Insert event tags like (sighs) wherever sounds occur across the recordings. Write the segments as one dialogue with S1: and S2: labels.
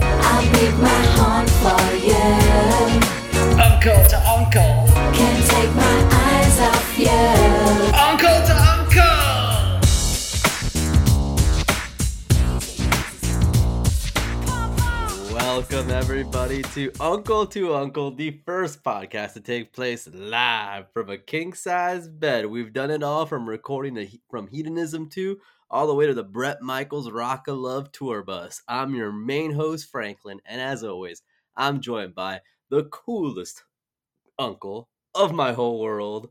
S1: take my heart for you.
S2: Uncle to uncle.
S1: Can't take my eyes off you.
S2: Uncle to uncle.
S3: Welcome, everybody, to Uncle to Uncle, the first podcast to take place live from a king size bed. We've done it all from recording to, he- from Hedonism 2 all the way to the Brett Michaels Rock of Love tour bus. I'm your main host, Franklin, and as always, I'm joined by the coolest uncle of my whole world,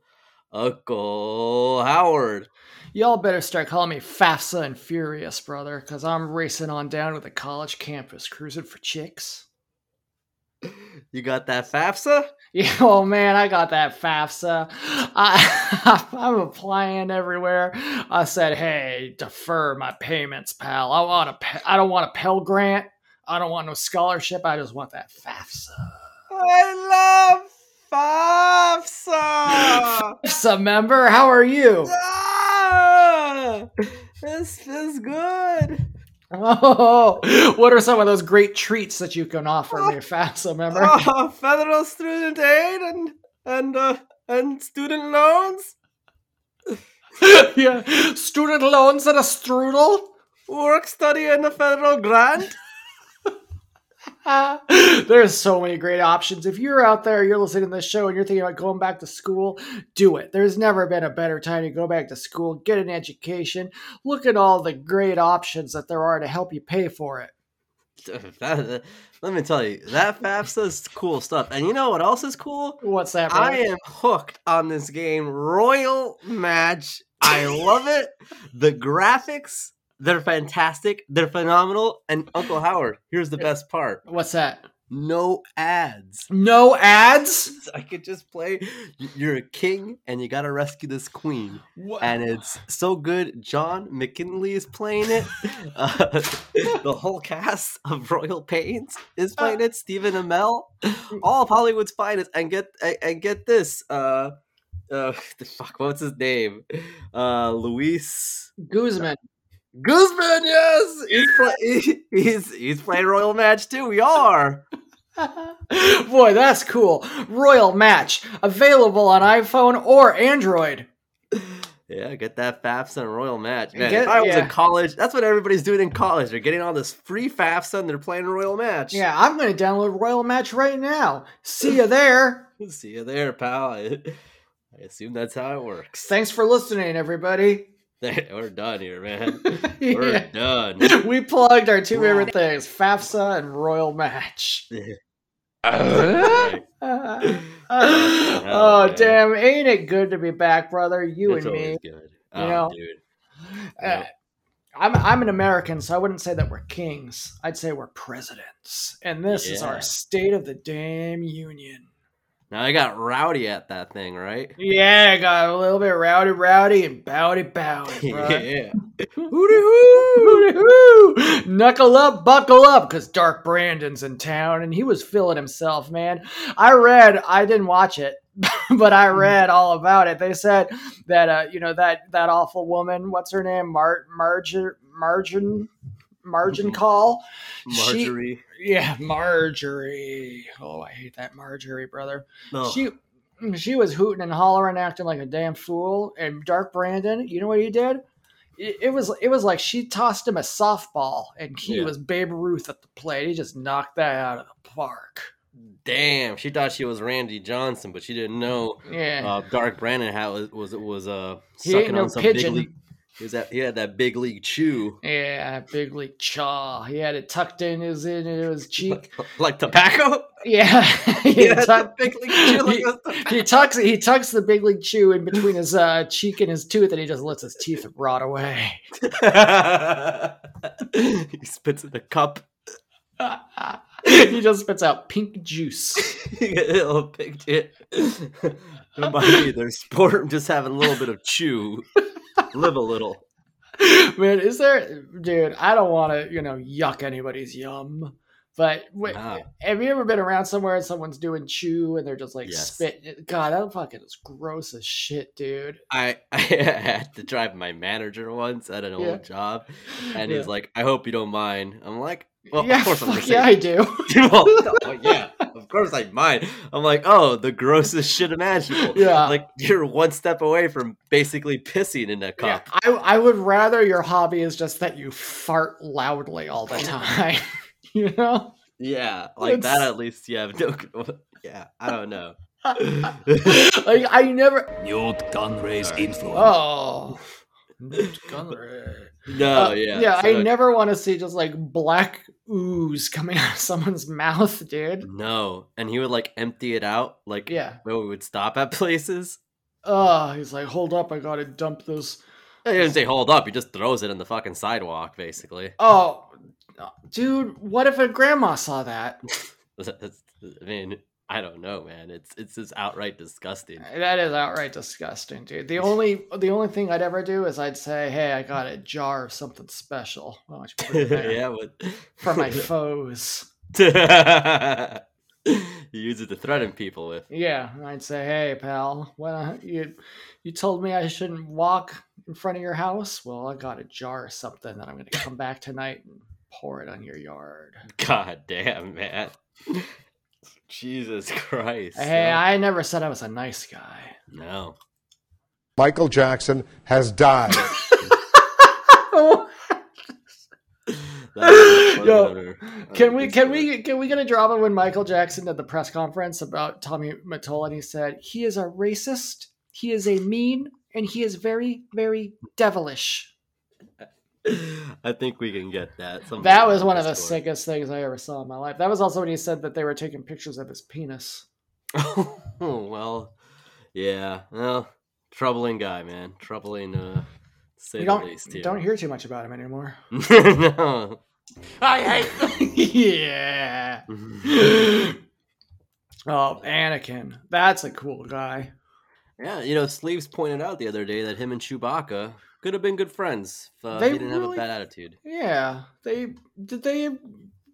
S3: Uncle Howard.
S4: Y'all better start calling me FAFSA and Furious, brother, because I'm racing on down to the college campus cruising for chicks. (laughs)
S3: You got that FAFSA?
S4: Yeah, oh man, I got that FAFSA. I, (laughs) I'm applying everywhere. I said, hey, defer my payments, pal. I want a, Pe- I don't want a Pell Grant. I don't want no scholarship. I just want that FAFSA. (laughs)
S3: I love (laughs) FAFSA!
S4: FAFSA member, how are you?
S3: Ah, this feels good.
S4: Oh, what are some of those great treats that you can offer me, FAFSA member?
S3: Oh, federal student aid and and uh, and student loans, Oh.
S4: (laughs) yeah, student loans and a strudel.
S3: work study and a federal grant.
S4: Ah, There's so many great options. If you're out there, you're listening to this show, and you're thinking about going back to school, do it. There's never been a better time to go back to school, get an education. Look at all the great options that there are to help you pay for it.
S3: (laughs) Let me tell you, that FAFSA is cool stuff. And you know what else is cool?
S4: What's that? Bro?
S3: I am hooked on this game, Royal Match. I love it. The graphics, they're fantastic. They're phenomenal. And Uncle Howard, here's the best part.
S4: What's that?
S3: No ads.
S4: No ads.
S3: (laughs) I could just play. y- You're a king, and you gotta rescue this queen, and it's so good. John McKinley is playing it. Uh, the whole cast of Royal Pains is playing it. Stephen Amell, all of Hollywood's finest, and get and- and get this. Uh, uh, the fuck, what's his name? Uh, Luis
S4: Guzman.
S3: Guzman. Yes, (laughs) he's play- he's he's playing Royal Match too. We are.
S4: Boy, that's cool. Royal Match available on iPhone or Android.
S3: Yeah, get that FAFSA and Royal Match. Man,
S4: Get-
S3: if I was in
S4: yeah.
S3: college, that's what everybody's doing in college. They're getting all this free FAFSA and they're playing Royal Match.
S4: Yeah, I'm going to download Royal Match right now. See you there.
S3: (laughs) See you there, pal. (laughs) I, I assume that's how it works. (laughs)
S4: Thanks for listening, everybody. (laughs)
S3: We're done here, man.
S4: Yeah.
S3: We're
S4: (laughs)
S3: done.
S4: We plugged our two favorite things, FAFSA and Royal
S3: (laughs)
S4: Match. (laughs)
S3: Right.
S4: oh,
S3: man.
S4: damn. Ain't it good to be back, brother? You
S3: It's
S4: and me.
S3: always good. Oh,
S4: know,
S3: dude.
S4: Uh,
S3: Yep.
S4: I'm, I'm an American, so I wouldn't say that we're kings. I'd say we're presidents. And this is
S3: Yeah.
S4: our state of the damn union.
S3: Now I got rowdy at that thing, right? (laughs)
S4: Yeah, I got a little bit rowdy, rowdy, and bowdy,
S3: (laughs)
S4: bowdy, bro.
S3: yeah. (laughs)
S4: Hoo-dee-hoo! Knuckle up, buckle up, because Dark Brandon's in town and he was feeling himself, man. I read, I didn't watch it, (laughs) but I read all about it. They said that, uh, you know, that that awful woman, what's her name? Mar- Margin, Margin, Margin Call? She-
S3: Marjorie.
S4: Yeah, Marjorie. Oh, I hate that Marjorie, brother
S3: No.
S4: she she was hooting and hollering, acting like a damn fool. And Dark Brandon, you know what he did? It, it was it was like she tossed him a softball, and he
S3: Yeah.
S4: was Babe Ruth at the plate. He just knocked that out of the park.
S3: Damn, she thought she was Randy Johnson, but she didn't know
S4: Yeah,
S3: uh, Dark Brandon had was was, was uh
S4: He ain't
S3: sucking
S4: no
S3: on some
S4: pigeon.
S3: big league. He was that he had that big league chew (laughs)
S4: yeah, big league chaw. He had it tucked in his in
S3: (laughs)
S4: his cheek.
S3: like tobacco.
S4: Yeah, (laughs)
S3: (laughs)
S4: he,
S3: had
S4: tuck- (laughs)
S3: the big league chew. Like
S4: He-
S3: it was tobacco.
S4: he tucks he tucks the big league chew in between his uh, cheek and his tooth, and he just lets his teeth rot away.
S3: (laughs) he spits in the cup. (laughs)
S4: he just spits out pink juice.
S3: (laughs) Little picture. (laughs) Don't mind me, they're sport. I'm just having a little bit of chew. Live a little.
S4: Man, is there, dude? I don't want to, you know, yuck anybody's yum. But wait,
S3: Nah.
S4: have you ever been around somewhere and someone's doing chew and they're just like
S3: Yes.
S4: spitting? God, that fucking is gross as shit, dude.
S3: I, (laughs) I had to drive my manager once at an
S4: Yeah.
S3: old job, and
S4: Yeah.
S3: he's like, "I hope you don't mind." I'm like, Well,
S4: yeah,
S3: of course I'm
S4: fuck
S3: gonna say
S4: yeah, I do.
S3: (laughs) well, no, yeah, of course I mine. I'm like, oh, the grossest shit imaginable. (laughs)
S4: Yeah.
S3: like you're one step away from basically pissing in a
S4: Yeah,
S3: cup.
S4: I, I would rather your hobby is just that you fart loudly all
S3: (laughs)
S4: the time. (laughs) you know?
S3: Yeah, like that
S4: It's-
S3: at least you have no. (laughs) con- Yeah, I don't know. (laughs)
S4: like I never.
S5: Newt Gunray's
S3: Sorry.
S5: influence.
S4: Oh. Gunray.
S3: (laughs) No,
S4: Uh,
S3: yeah,
S4: yeah.
S3: so
S4: I
S3: like-
S4: never want to see just like black ooze (laughs) coming out of someone's mouth, dude.
S3: No, and he would like empty it out, like
S4: Yeah.
S3: when we would stop at (laughs) places.
S4: Oh, he's like, hold up, I gotta dump this.
S3: He doesn't say hold up. He just throws it in the fucking sidewalk, basically.
S4: Oh, dude, what if a grandma saw that?
S3: That's- I mean, I don't know, man. It's it's just outright disgusting.
S4: That is outright disgusting, dude. The only the only thing I'd ever do is I'd say, "Hey, I got a jar of something special Why don't you put
S3: (laughs)
S4: it there
S3: yeah, but
S4: for
S3: (laughs)
S4: my (laughs) foes."
S3: you use it to threaten people with.
S4: Yeah, and I'd say, "Hey, pal, well, you you told me I shouldn't walk in front of your house. Well, I got a jar of something that I'm gonna come back tonight and pour it on your yard."
S3: God damn, man. Jesus Christ.
S4: Hey,
S3: no.
S4: I never said I was a nice guy.
S3: No.
S6: Michael Jackson has died.
S3: Oh,
S4: (laughs)
S3: That's
S4: Yo,
S3: another-
S4: (laughs) Can
S3: another
S4: we
S3: good
S4: can
S3: story.
S4: we can we get a drama when Michael Jackson did the press conference about Tommy Mottola and he said he is a racist, he is a mean, and he is very very devilish.
S3: I think we can get that. Somebody
S4: That was
S3: write
S4: one of
S3: this
S4: the
S3: story.
S4: sickest things I ever saw in my life. That was also when he said that they were taking pictures of his penis.
S3: oh (laughs) well, yeah. Well, troubling guy, man. Troubling, uh, to say
S4: You
S3: the
S4: don't
S3: least. Here.
S4: don't hear too much about him anymore.
S3: (laughs) no.
S4: (laughs) yeah.
S3: (laughs)
S4: Oh, Anakin. That's a cool guy.
S3: Yeah, you know, Sleeves pointed out the other day that him and Chewbacca could have been good friends if uh,
S4: They
S3: he didn't have a
S4: really-
S3: bad attitude.
S4: Yeah. They did they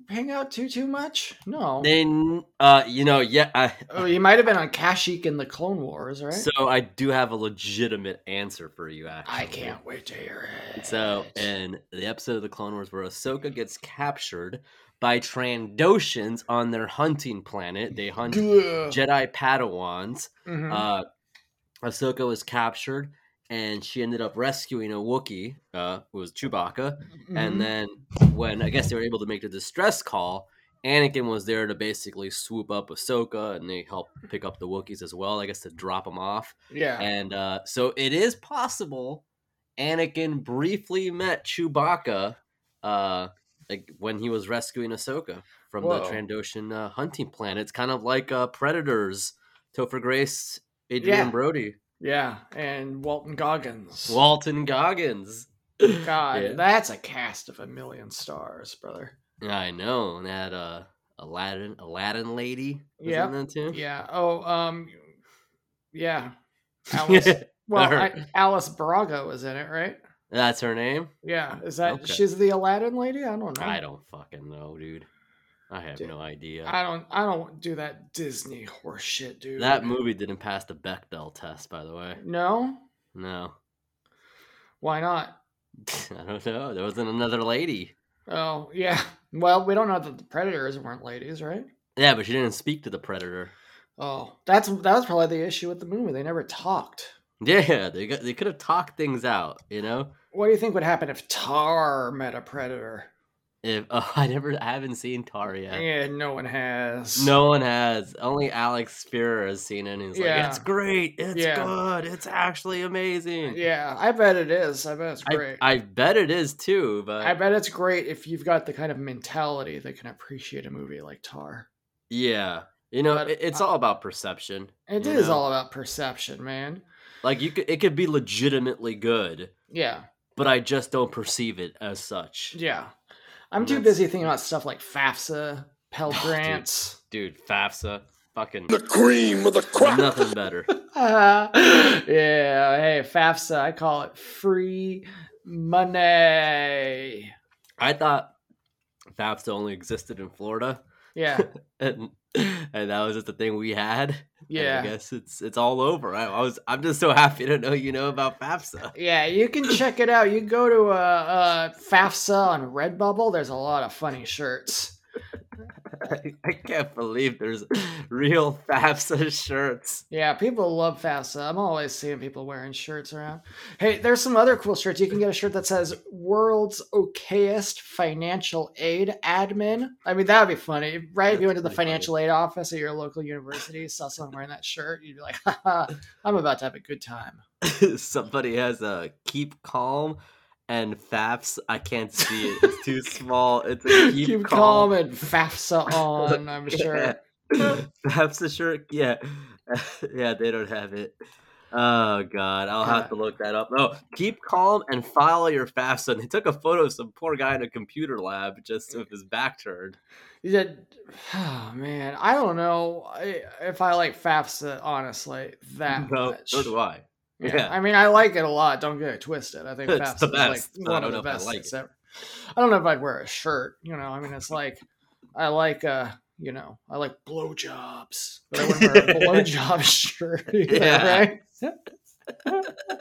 S4: hang out too too much? No.
S3: Then, uh, you know, yeah, I,
S4: Oh, you might have been on Kashyyyk in the Clone Wars, right?
S3: so I do have a legitimate answer for you, actually.
S4: I can't wait to hear it.
S3: So, in the episode of the Clone Wars where Ahsoka gets captured by Trandoshans on their hunting planet, they hunt
S4: Ugh.
S3: Jedi Padawans.
S4: Mhm.
S3: Uh, Ahsoka was captured, and she ended up rescuing a Wookiee, uh, who was Chewbacca.
S4: Mhm.
S3: And then when I guess they were able to make the distress call, Anakin was there to basically swoop up Ahsoka, and they helped pick up the Wookiees as well. I guess to drop them off.
S4: yeah,
S3: And uh, so it is possible Anakin briefly met Chewbacca uh, like when he was rescuing Ahsoka from the
S4: Whoa.
S3: Trandoshan uh, hunting planet. It's kind of like uh, Predators, Topher Grace, Adrian
S4: Yeah.
S3: Brody,
S4: yeah, and Walton Goggins. (laughs)
S3: Walton Goggins.
S4: God,
S3: Yeah.
S4: that's a cast of a million stars, brother.
S3: I know and that uh, Aladdin Aladdin lady. was in
S4: Yeah.
S3: that too. (laughs)
S4: Yeah. Oh, um, yeah. Alice. well,
S3: Her.
S4: I, Alice Braga was in it, right?
S3: That's her name.
S4: Yeah. Is that
S3: Okay.
S4: she's the Aladdin lady? I don't know.
S3: I don't fucking know, dude. I have
S4: Dude,
S3: no idea.
S4: I don't. I don't do that Disney horse shit, dude.
S3: that movie didn't pass the Bechdel test, by the way.
S4: No.
S3: No. (laughs)
S4: Why not?
S3: I don't know. There wasn't another lady.
S4: Oh yeah. (laughs) Well, we don't know that the predators weren't ladies, right?
S3: Yeah, but she didn't speak to the predator. (laughs)
S4: Oh, that's that was probably the issue with the movie. They never talked.
S3: Yeah, they got, they could have talked things out, you know.
S4: What do you think would happen if Tar met a predator?
S3: If (laughs) oh, I never, I haven't seen Tar
S4: Yeah,
S3: yet.
S4: no one has.
S3: No one has. Only Alex Spearer has seen it. and He's
S4: Yeah.
S3: like, it's great. It's
S4: Yeah.
S3: good. It's actually amazing.
S4: Yeah, I bet it is. I bet it's
S3: I,
S4: great. I,
S3: I bet it is too. But
S4: bet it's great if you've got the kind of mentality that can appreciate a movie like Tar.
S3: yeah, you know,
S4: But
S3: it, it's
S4: I-
S3: all about perception.
S4: It is
S3: you know?
S4: all about perception, man.
S3: like you. Could, it could be legitimately good,
S4: Yeah,
S3: but I just don't perceive it as such.
S4: yeah. I'm
S3: And
S4: too
S3: that's- Oh,
S4: busy thinking about stuff like FAFSA,
S3: (laughs)
S4: Pell
S3: dude.
S4: Grants.
S3: Dude, FAFSA, fucking
S7: The cream of the crop.
S3: nothing
S7: (laughs)
S3: better.
S4: yeah, hey, FAFSA, I call it free money.
S3: I thought FAFSA only existed in Florida, (laughs)
S4: Yeah,
S3: and and that was just the thing we had. I
S4: Yeah.
S3: guess it's it's all over. I, I was I'm just so happy to know you know about FAFSA. (laughs)
S4: Yeah, you
S3: (coughs)
S4: can check it out. You go to uh, uh, FAFSA on Redbubble. There's a lot of funny shirts.
S3: I can't believe there's real (laughs) FAFSA shirts.
S4: Yeah, people love FAFSA. I'm always seeing people wearing shirts around. Hey, there's some other cool shirts. You can get a shirt that says "World's Okayest Financial Aid Admin." I mean, that would be funny, right? If you went to the
S3: That's pretty funny.
S4: financial aid office at your local university, saw someone wearing that shirt, you'd be like, Haha, "I'm about to have a good time."
S3: Somebody has a keep calm and FAFS. I can't see it.
S4: (laughs)
S3: It's too small. It's a (laughs) keep,
S4: Keep, calm. and
S3: (laughs)
S4: FAFSA on. I'm sure.
S3: Yeah. FAFSA shirt. Yeah, (laughs) yeah. They don't have it. Oh God, I'll have to look that up. No, keep calm and file your FAFSA. And they took a photo of some poor guy in a computer lab just with his back turned.
S4: You did- oh man, I don't know I- if I like FAFSA honestly that
S3: (laughs) No,
S4: much.
S3: so do I.
S4: Yeah.
S3: Yeah.
S4: I mean, I like it a lot. Don't get it twisted. I think
S3: (laughs) It's
S4: FAFSA
S3: the
S4: is like
S3: best, but I
S4: one of the
S3: don't know if I
S4: best
S3: like
S4: things
S3: it.
S4: ever. I don't know if I'd wear a shirt. You know, I mean, it's like I like uh, you know, I like blowjobs, but I wouldn't
S3: (laughs)
S4: wear a blowjob shirt. Either,
S3: Yeah.
S4: Right? (laughs)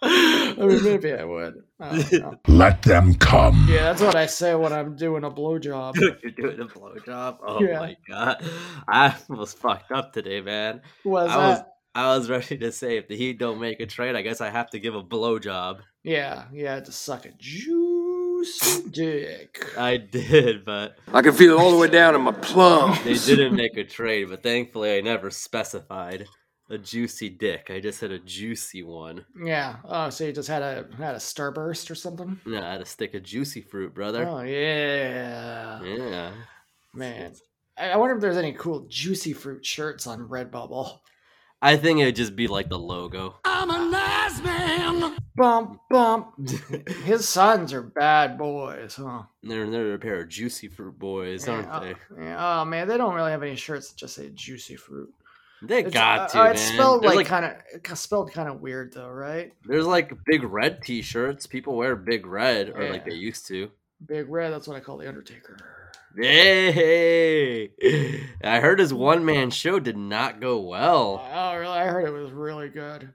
S4: I mean, maybe I would. I don't know.
S3: (laughs)
S6: Let them come.
S4: Yeah, that's what I say when I'm doing a blowjob.
S3: (laughs) You're doing a blowjob. Oh
S4: Yeah.
S3: my god, I was fucked up today, man.
S4: Was
S3: I was
S4: that?
S3: I was ready to say if the Heat don't make a trade, I guess I have to give a blowjob.
S4: Yeah, yeah, to suck a juicy dick.
S3: I (laughs) did, but
S5: I can feel it all the way down in my plum.
S3: they didn't make a trade. But thankfully, I never specified a juicy dick. I just had a juicy one.
S4: Yeah. Oh, so you just had a had a starburst or something?
S3: No, I had a stick of juicy fruit, brother.
S4: Oh yeah,
S3: Yeah,
S4: man. I I wonder if there's any cool juicy fruit shirts on Redbubble.
S3: I think it'd just be like the logo. (laughs)
S4: Bump bump.
S3: they're
S4: His sons are bad boys, huh?
S3: they're a pair of juicy fruit boys, aren't they?
S4: Oh, yeah. Oh, man, they don't really have any shirts that just say juicy fruit.
S3: They
S4: It's-
S3: got
S4: uh,
S3: to.
S4: uh,
S3: man.
S4: it's spelled
S3: There's
S4: like, kind of spelled kind of weird though, right?
S3: There's like big red t-shirts. People wear big red, or like
S4: Yeah.
S3: they used to.
S4: Big red. That's what I call the Undertaker.
S3: Hey, I heard his one-man show did not go well. (laughs)
S4: Oh, really? I heard it was really good.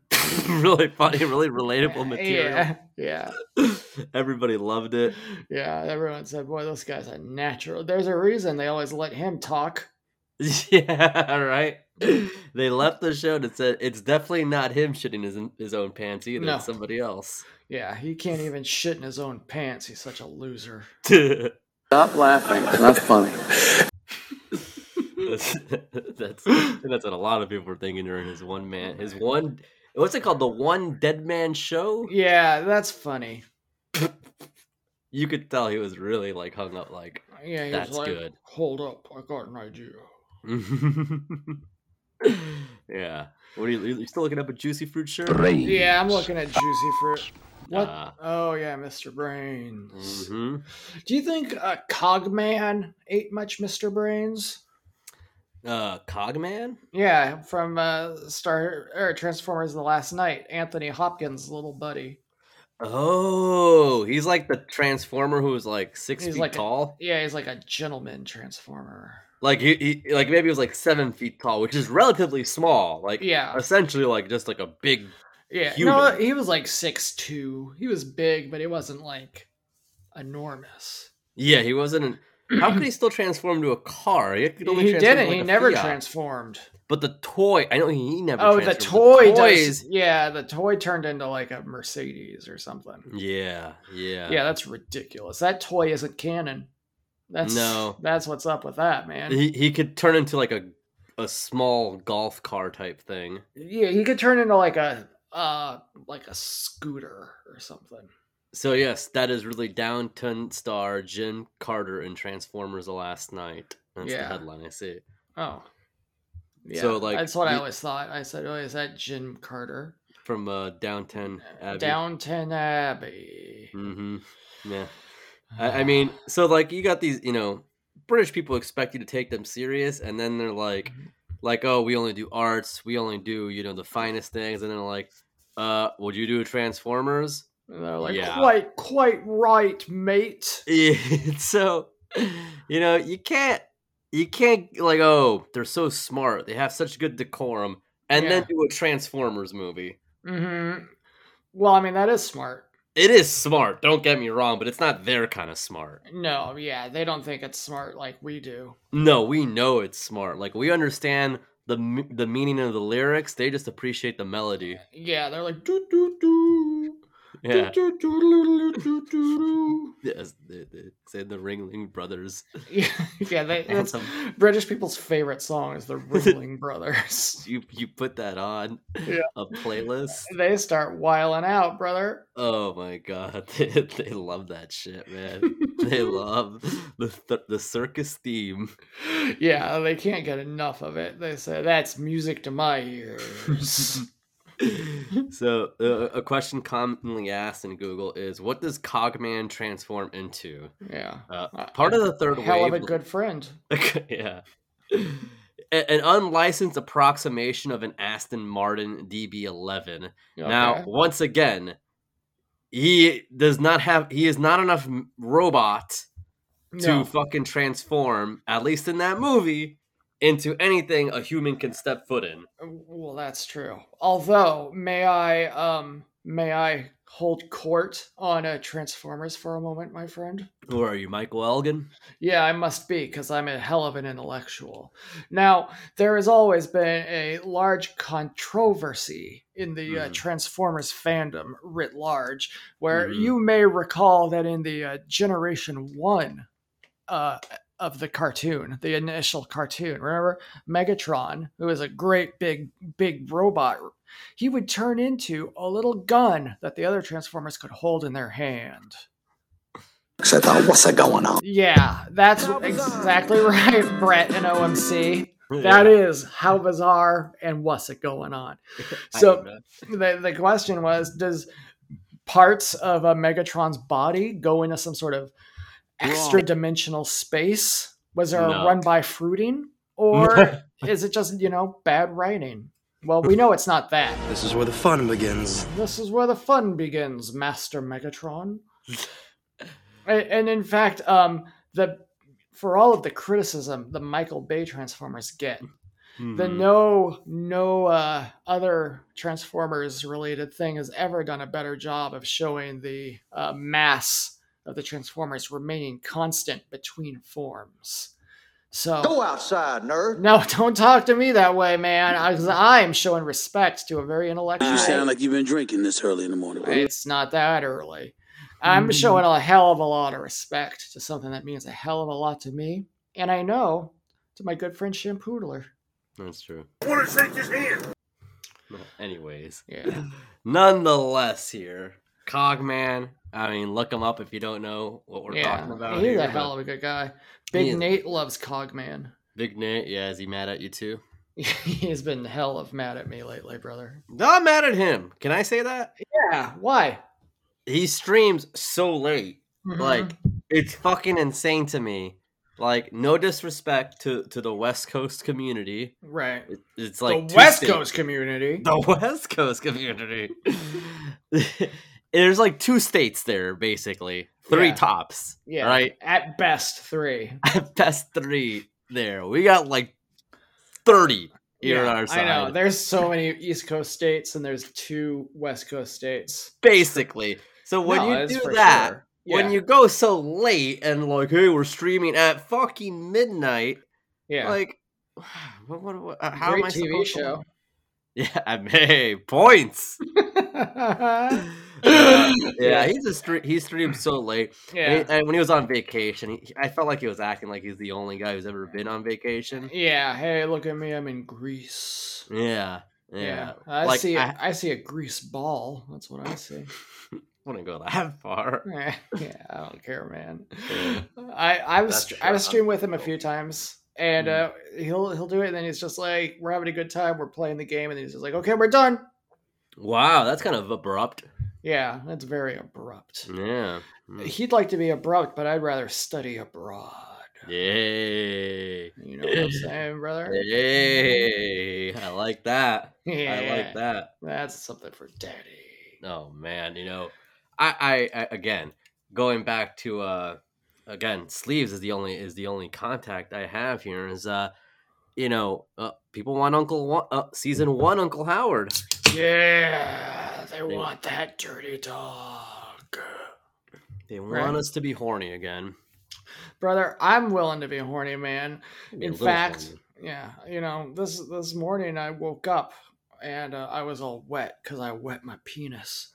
S3: really funny, really relatable material.
S4: Yeah, yeah. (laughs)
S3: Everybody loved it. (laughs)
S4: Yeah, everyone said, "Boy, this guy's a natural." There's a reason they always let him talk.
S3: Yeah, right. They left the show and it said it's definitely not him shitting his his own pants either.
S4: No.
S3: It's somebody else. (laughs)
S4: Yeah, he can't even shit in his own pants. He's such a
S3: (laughs)
S4: loser. (laughs)
S3: that's,
S5: Stop laughing. That's funny.
S3: that's that's what a lot of people were thinking during his one man his one what's it called the one dead man show.
S4: Yeah, that's funny.
S3: You could tell he was really like hung up like
S4: Yeah, he's
S3: That's
S4: like,
S3: good.
S4: "Hold up, I got an idea."
S3: (laughs) yeah. What are you, you still looking up a juicy fruit shirt?
S4: Yeah, I'm looking at juicy fruit. What?
S3: Ah.
S4: oh yeah, Mr. Brains.
S3: hmm
S4: Do you think uh, Cogman ate much Mr. Brains?
S3: Uh, Cogman?
S4: Yeah, from uh, Star or Transformers: The Last Night, Anthony Hopkins' little buddy.
S3: Oh, he's like the transformer who was like six
S4: He's
S3: feet
S4: like a-
S3: tall.
S4: Yeah, he's like a gentleman transformer.
S3: Like he, he, like maybe he was like seven feet tall, which is relatively small. Like
S4: Yeah.
S3: essentially like just like a big.
S4: Yeah, no,
S3: human.
S4: he was like six two. He was big, but he wasn't like enormous.
S3: Yeah, he
S4: (clears throat)
S3: wasn't. An, how could he still transform to a car? He, could only
S4: He
S3: transform to,
S4: didn't.
S3: like,
S4: he
S3: a
S4: never
S3: Fiat.
S4: transformed.
S3: But the toy, I know he never.
S4: Oh, the toy.
S3: transformed, but
S4: Does, yeah, the toy turned into like a Mercedes or something.
S3: Yeah, yeah,
S4: Yeah, that's ridiculous. That toy isn't canon. That's
S3: No.
S4: That's what's up with that man.
S3: he he could turn into like a a small golf car type thing.
S4: yeah, he could turn into like a uh like a scooter or something.
S3: So yes, that is really Downton star Jim Carter in Transformers: The Last Night. That's
S4: Yeah.
S3: the headline I see.
S4: Oh. Yeah,
S3: So, like,
S4: that's what I
S3: the-
S4: always thought. I said, "Oh, is that Jim Carter?"
S3: from uh, Downton Abbey.
S4: Downton Abbey.
S3: hmm Yeah. I, I mean, so like you got these, you know, British people expect you to take them serious, and then they're like, like, oh, we only do arts, we only do you know the finest things, and then they're like, uh, would you do Transformers?
S4: And they're like,
S3: Yeah.
S4: quite,
S3: (laughs)
S4: quite right, mate.
S3: Yeah, so you know you can't you can't like oh they're so smart they have such good decorum and then
S4: Yeah.
S3: do a transformers movie
S4: hmm Well, I mean that is smart.
S3: it is smart don't get me wrong but it's not their kind of smart
S4: No, yeah, they don't think it's smart like we do.
S3: no we know it's smart like we understand the m- the meaning of the lyrics they just appreciate
S4: (laughs)
S3: the melody
S4: Yeah, they're like doo doo doo.
S3: yeah
S4: doo, doo, doo, doo, doo, doo, doo.
S3: (laughs) yes they, they say the ringling brothers
S4: (laughs) Yeah, yeah, they, that's
S3: Anthem.
S4: British people's favorite song is the Ringling Brothers.
S3: (laughs)
S4: (laughs)
S3: you you put that on
S4: Yeah.
S3: a playlist
S4: They start whiling out, brother.
S3: Oh my god, (laughs) they, they love that shit, man.
S4: (laughs)
S3: they love the th- the circus theme. (laughs)
S4: Yeah, they can't get enough of it. They say that's music to my ears.
S3: so, uh, a question commonly asked in Google is, "What does Cogman transform into?"
S4: yeah,
S3: Uh,
S4: Uh,
S3: part of the third
S4: hell
S3: wave,
S4: of a good friend.
S3: (laughs) yeah, A- an unlicensed approximation of an Aston Martin DB11. Now,
S4: Okay.
S3: once again, he does not have. He is not enough m- robot. to
S4: No.
S3: fucking transform, at least in that movie, into anything a human can step foot in.
S4: Well, that's true. Although, may I um may I hold court on uh, Transformers for a moment, my friend?
S3: Who are you, Michael Elgin?
S4: Yeah, I must be because I'm a hell of an intellectual. Now, there has always been a large controversy in the uh,
S3: Mhm.
S4: Transformers fandom writ large, where
S3: Mhm.
S4: you may recall that in the uh, Generation One uh, of the cartoon, the initial cartoon, remember Megatron, who is a great big big robot, he would turn into a little gun that the other Transformers could hold in their hand.
S7: So I thought, what's that going on?
S4: Yeah, that's exactly (laughs) right, Brett and OMC. That is how bizarre and what's it going on.
S3: (laughs) I
S4: So
S3: don't know.
S4: the, the question was, does parts of a Megatron's body go into some sort of extra dimensional space? Was there
S3: No.
S4: a run by fruiting?
S3: (laughs)
S4: Or is it just, you know, bad writing? Well, we know it's not that.
S8: This is where the fun begins.
S4: This is where the fun begins, Master Megatron. and, and in fact, um, the for all of the criticism the Michael Bay Transformers get, the
S3: Mhm.
S4: no no uh, other Transformers related thing has ever done a better job of showing the uh, mass of the Transformers remaining constant between forms. So
S8: outside, nerd.
S4: no, (laughs) don't talk to me that way, man. I am showing respect to a very intellectual.
S7: You sound like you've been drinking this early in the morning.
S4: It's not that early.
S3: Mm-hmm.
S4: I'm showing a hell of a lot of respect to something that means a hell of a lot to me, and I know to my good friend Shampoodler.
S3: That's true.
S8: Want to shake his hand?
S3: Anyways,
S4: Yeah,
S3: nonetheless, here, Cogman. I mean, look him up if you don't know what we're
S4: yeah.
S3: talking about.
S4: He's
S3: here,
S4: a
S3: but
S4: hell of a good guy.
S3: He
S4: Big
S3: is.
S4: Nate loves Cogman. (laughs)
S3: Big Nate. Yeah, is he mad at you too?
S4: He's been hell of mad at me lately, brother.
S3: Not mad at him. Can I say that?
S4: Yeah, why?
S3: He streams so late. like
S4: Mm.
S3: it's fucking insane to me like no disrespect to to the west coast community
S4: Mm-hmm. right,
S3: It- it's like
S4: the
S3: two
S4: West
S3: states-
S4: Coast community. (laughs)
S3: the west coast community there's like two states there basically three
S4: Yeah.
S3: tops
S4: Yeah,
S3: right (laughs)
S4: At best, three.
S3: best three there we got like 30 here on
S4: Yeah,
S3: our
S4: I
S3: side
S4: know. There's so many East Coast states, and there's two West Coast states.
S3: basically so when
S4: No,
S3: you
S4: that's
S3: do
S4: for
S3: that
S4: sure.
S3: when
S4: Yeah,
S3: you go so late and like hey we're streaming at fucking midnight
S4: yeah.
S3: Like, (sighs) what, what, what, uh, how
S4: Great
S3: am I
S4: TV
S3: (laughs) supposed to- Yeah, I mean, hey, (laughs) points.
S4: show.
S3: Uh, yeah, he's a stre- he streamed so late. And
S4: (laughs)
S3: he-
S4: yeah,
S3: and when he was on vacation, he, I felt like he was acting like he's the only guy who's ever been on vacation.
S4: yeah. Hey, look at me. I'm in Greece.
S3: Yeah, yeah.
S4: I
S3: like,
S4: see.
S3: I
S4: I, see a Greece ball. That's what I see. (laughs)
S3: wouldn't go that (laughs) far.
S4: Eh, yeah, I don't care, man.
S3: Yeah.
S4: I I was
S3: That's
S4: str-
S3: true, Mm.
S4: I was
S3: huh?
S4: streamed with him a few times, and uh, he'll he'll do it, and then he's just like, "We're having a good time. We're playing the game," and then he's just like, "Okay, we're done."
S3: Wow, that's kind of abrupt.
S4: Yeah, that's very abrupt.
S3: Yeah. Mm.
S4: He'd like to be abrupt, but I'd rather study abroad.
S3: Yay.
S4: You know what
S3: (laughs)
S4: I'm saying, brother?
S3: Yay. I like that.
S4: Yeah,
S3: I like that.
S4: That's something for daddy.
S3: Oh man, you know, I, I, I again going back to uh again, sleeves is the only is the only contact I have here. Is uh, you know, uh, people want Uncle one, uh, season
S4: Mm-hmm.
S3: one Uncle Howard.
S4: Yeah, they want that dirty dog.
S3: They want
S4: Right.
S3: us to be horny again.
S4: Brother, I'm willing to be a horny man.
S3: Be a
S4: In
S3: little
S4: fact,
S3: horny.
S4: yeah, you know, this this morning I woke up and uh, I was all wet because I wet my penis,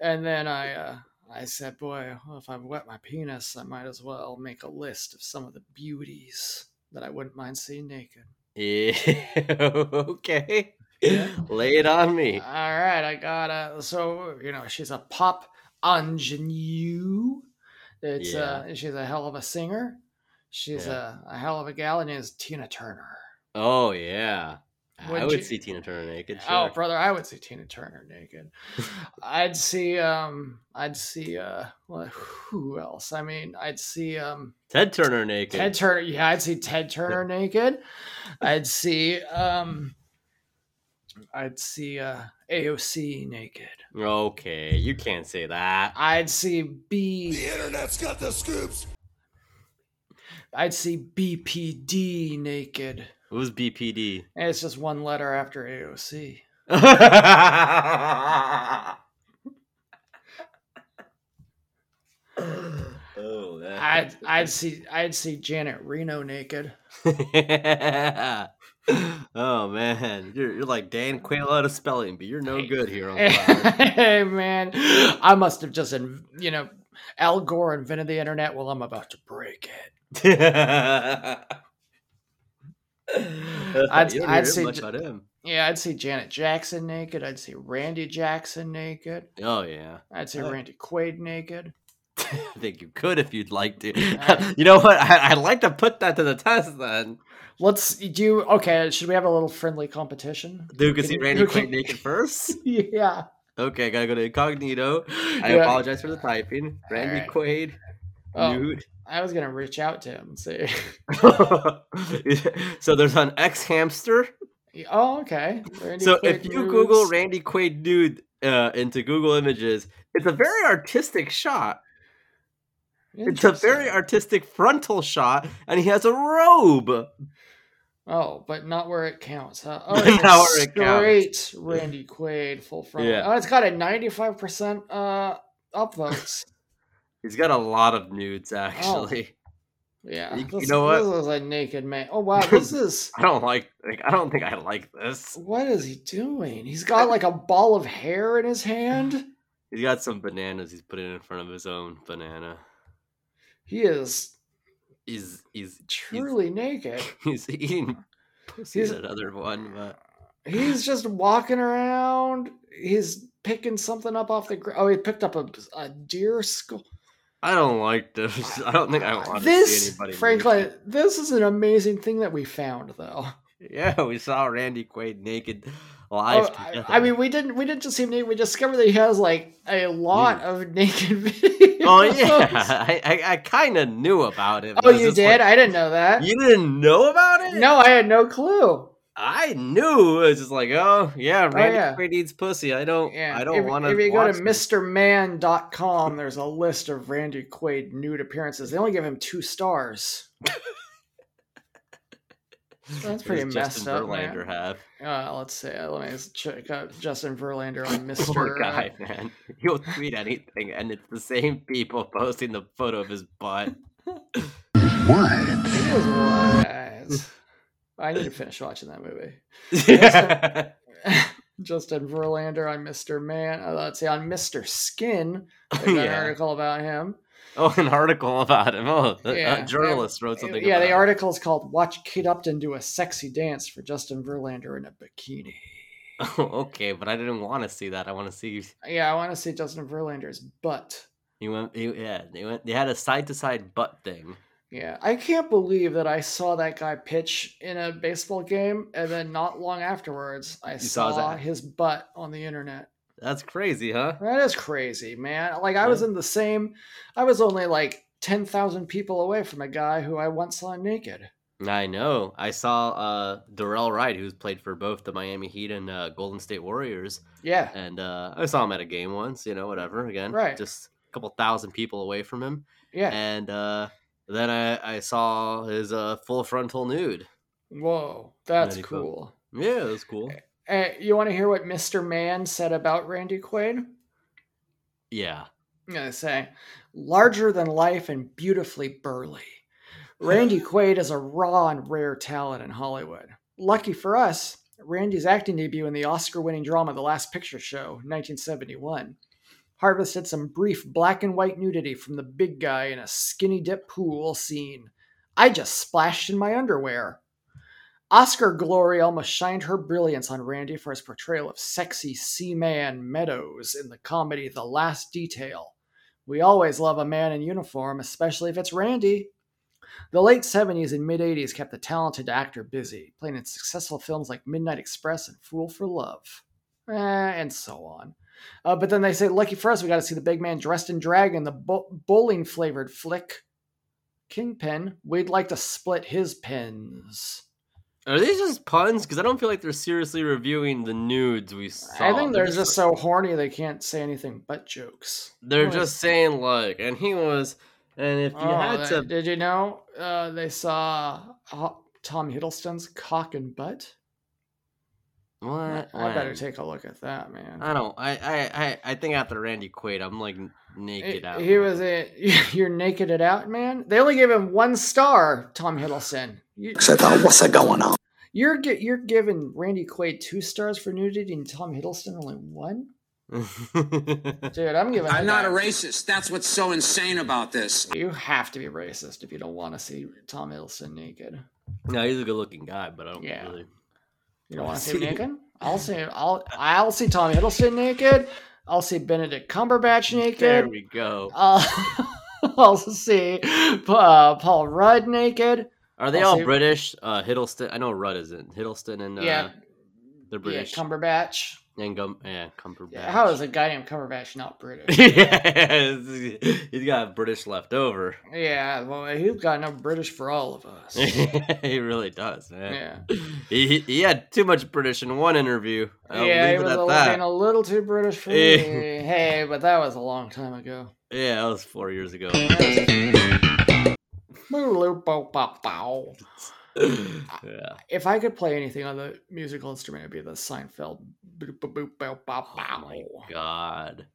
S4: and then I uh, I said, boy, well, if I wet my penis, I might as well make a list of some of the beauties that I wouldn't mind seeing naked.
S3: Yeah, (laughs) okay,
S4: Yeah.
S3: lay it on me.
S4: All right, I got a so you know she's a pop ingenue. It's uh she's a hell of a singer. She's
S3: Yeah.
S4: a, a hell of a gal, and is Tina Turner.
S3: Oh yeah, I
S4: Would
S3: would
S4: you-
S3: see Tina Turner naked.
S4: Oh,
S3: sure.
S4: brother, I would see Tina Turner naked. I'd see um, I'd see uh, well, who else? I mean, I'd see um,
S3: Ted Turner naked.
S4: Ted Turner. Yeah, I'd see Ted Turner naked. I'd see um, I'd see uh, AOC naked.
S3: okay, you can't say that.
S4: I'd see B. The internet's got the scoops. I'd see BPD naked.
S3: Who's BPD?
S4: And it's just one letter after AOC.
S3: (laughs) oh, that.
S4: I'd I'd see I'd see Janet Reno naked.
S3: oh man, you're, you're like Dan Quayle out of spelling, but you're no good here.
S4: Oh,
S3: (laughs) Uncle Howard.
S4: hey (laughs) man, I must have just in, you know Al Gore invented the internet. Well, I'm about to break it.
S3: I'd,
S4: I'd-
S3: you don't
S4: I'd
S3: hear
S4: say
S3: much
S4: j-
S3: about him.
S4: Yeah, I'd see Janet Jackson naked. I'd see Randy Jackson naked.
S3: Oh yeah,
S4: I'd see
S3: Right.
S4: Randy Quaid naked.
S3: I think you could if you'd like to.
S4: Alright.
S3: (laughs) you know what? I, I'd like to put that to the test then.
S4: Let's do. you- Okay, should we have a little friendly competition? (laughs)
S3: Who can see
S4: Can-
S3: Randy
S4: who can-
S3: Quaid naked first?
S4: yeah.
S3: Okay, gotta go to incognito. I
S4: Yeah.
S3: apologize for the typing. Randy
S4: Alright.
S3: Quaid,
S4: Oh.
S3: nude. (laughs)
S4: I was gonna reach out to him. and See. (laughs)
S3: so there's an ex hamster.
S4: Oh, okay. Randy
S3: So if
S4: Quaid
S3: you Google
S4: nudes.
S3: Randy Quaid nude uh, into Google Images, it's a very artistic shot. It's a very
S4: Interesting.
S3: artistic frontal shot, and he has a robe.
S4: Oh, but not where it counts, huh? Oh,
S3: (laughs) Not
S4: it's
S3: where it
S4: straight Randy Quaid full front.
S3: Yeah.
S4: Oh, it's got a ninety-five percent uh upvotes.
S3: He's got a lot of nudes,
S4: Oh.
S3: actually. (laughs)
S4: Yeah,
S3: You- you
S4: this-
S3: know what?
S4: This is a naked man. Oh wow, this
S3: (laughs)
S4: is
S3: I don't like. Like, I don't think I like this.
S4: what is he doing? He's got like a ball of hair in his hand.
S3: He's got some bananas. He's putting in front of his own banana.
S4: He is
S3: He's he's
S4: truly naked.
S3: (laughs) he's eating pussy
S4: He's-
S3: at another one, but
S4: He's just walking around. He's picking something up off the ground. Oh, he picked up a, a deer skull.
S3: I don't like this. (laughs) I don't think I want to see
S4: This,
S3: anybody. nude.
S4: frankly, this is an amazing thing that we found, though.
S3: (laughs) yeah, we saw Randy Quaid naked
S4: Oh,
S3: live.
S4: I,
S3: together.
S4: I mean, we didn't we didn't just see him naked. We discovered that he has like a lot of naked (laughs) videos.
S3: oh yeah, (laughs) I I, I kind of knew about it. but
S4: Oh,
S3: I was
S4: you
S3: just
S4: did?
S3: like-
S4: I didn't know that.
S3: you didn't know about it?
S4: No, I had no clue.
S3: I knew. It's just like, oh yeah, Randy
S4: yeah.
S3: Quaid eats pussy. I don't.
S4: Yeah,
S3: I don't
S4: if-
S3: want to.
S4: If you go to MrMan.com, there's a list of Randy Quaid nude appearances. They only give him two stars. That's pretty messed up. man.
S3: Verlander have.
S4: Uh, let's see. uh, Let me just check out Justin Verlander on Mr.
S3: (laughs) (laughs) Poor
S4: uh,
S3: guy, man. He'll tweet anything, and it's the same people (laughs) posting the photo of his butt.
S4: he was wise. I need to finish watching that movie.
S3: Yeah.
S4: Justin Verlander on Mr. Man. Uh, let's see, on Mr. Skin. They got
S3: (laughs) Yeah.
S4: an article about him.
S3: (laughs) Oh, an article about him. Oh, the
S4: Yeah,
S3: uh, journalist wrote something.
S4: yeah, the
S3: about him.
S4: article's called Watch Kid Upton Do a Sexy Dance for Justin Verlander in a Bikini.
S3: Oh, (laughs) okay, but I didn't want to see that. I want to see.
S4: Yeah, I want to see Justin Verlander's butt.
S3: He went. He, yeah, they went. They had a side to side butt thing.
S4: Yeah, I can't believe that I saw that guy pitch in a baseball game, and then not long afterwards, I
S3: saw
S4: saw,
S3: that.
S4: his butt on the internet.
S3: That's crazy, huh?
S4: That is crazy, man. Like I was in the same. I was only like ten thousand people away from a guy who I once saw naked.
S3: I know. I saw uh, Darrell Wright, who's played for both the Miami Heat and uh, Golden State Warriors,
S4: Yeah,
S3: and uh, I saw him at a game once. You know, whatever. Again,
S4: Right.
S3: Just couple thousand people away from him,
S4: Yeah.
S3: and uh, then I, I saw his uh, full frontal nude.
S4: Whoa, that's
S3: Mighty Club.
S4: cool.
S3: Yeah, it was cool.
S4: Uh, you want to hear what Mr. Mann said about Randy Quaid? I'm
S3: Yeah,
S4: gonna say, larger than life and beautifully burly. Randy Quaid is a raw and rare talent in Hollywood. Lucky for us, Randy's acting debut in the Oscar-winning drama The Last Picture Show, 1971, harvested some brief black and white nudity from the big guy in a skinny dip pool scene. I just splashed in my underwear. Oscar glory almost shined her brilliance on Randy for his portrayal of sexy Seaman Meadows in the comedy The Last Detail. We always love a man in uniform, especially if it's Randy. The late 70s and mid 80s kept the talented actor busy, playing in successful films like Midnight Express and Fool for Love, eh, and so on. Uh, but then they say, lucky for us, we got to see the big man dressed in drag in the bo- bowling flavored flick, Kingpin. We'd like to split his pins.
S3: are these just puns? Because I don't feel like they're seriously reviewing the nudes we saw.
S4: I think they're just so horny they can't say anything but jokes.
S3: they're
S4: Nice.
S3: just saying like, and he was, and if you
S4: Oh,
S3: had
S4: that-
S3: to,
S4: Did you know uh, they saw Ho- Tom Hiddleston's cock and butt? I,
S3: what?
S4: I better
S3: When?
S4: take a look at that, man.
S3: I don't. I, I I I think after Randy Quaid, I'm like n-
S4: He-
S3: naked out.
S4: He
S3: (laughs)
S4: was a (laughs) you're naked it out, man. They only gave him one star, Tom Hiddleston. You,
S7: Except I what's a going on?
S4: you're gi- you're giving Randy Quaid two stars for nudity and Tom Hiddleston only one. Dude, I'm giving.
S7: I'm
S4: the
S7: not a
S4: guy-
S7: racist. That's what's so insane about this.
S4: You have to be racist if you don't want to see Tom Hiddleston naked.
S3: no, he's a good-looking guy, but I don't
S4: Yeah.
S3: really.
S4: You don't
S3: Oh, I
S4: want to see
S3: see.
S4: naked? I'll see. I'll I'll see Tom Hiddleston naked. I'll see Benedict Cumberbatch
S3: There
S4: naked.
S3: we go.
S4: Uh, (laughs) I'll see uh, Paul Rudd naked.
S3: Are they
S4: I'll
S3: all
S4: say-
S3: British? Uh, Hiddleston. I know Rudd isn't. Hiddleston and uh,
S4: yeah, yeah,
S3: they're British.
S4: Cumberbatch.
S3: and Gum. Yeah, Cumberbatch.
S4: Yeah, how is a guy named Cumberbatch not
S3: (laughs)
S4: British?
S3: Yes, (laughs) he's got British left over.
S4: yeah, well, he's got enough British for all of us.
S3: (laughs) he really does, man.
S4: Yeah,
S3: He, he he had too much British in one interview. I'll
S4: yeah, he
S3: leave it
S4: was
S3: at
S4: a,
S3: that.
S4: being a little too British for me.
S3: (laughs) Eh.
S4: hey, but that was a long time ago.
S3: Yeah, that was four years
S4: (laughs)
S3: ago.
S4: Boop-a-loop-boop-bow.
S3: yeah.
S4: if I could play anything on the musical instrument, it'd be the Seinfeld. Boop, boop, boop, bow, bow,
S3: Oh
S4: bow.
S3: my god.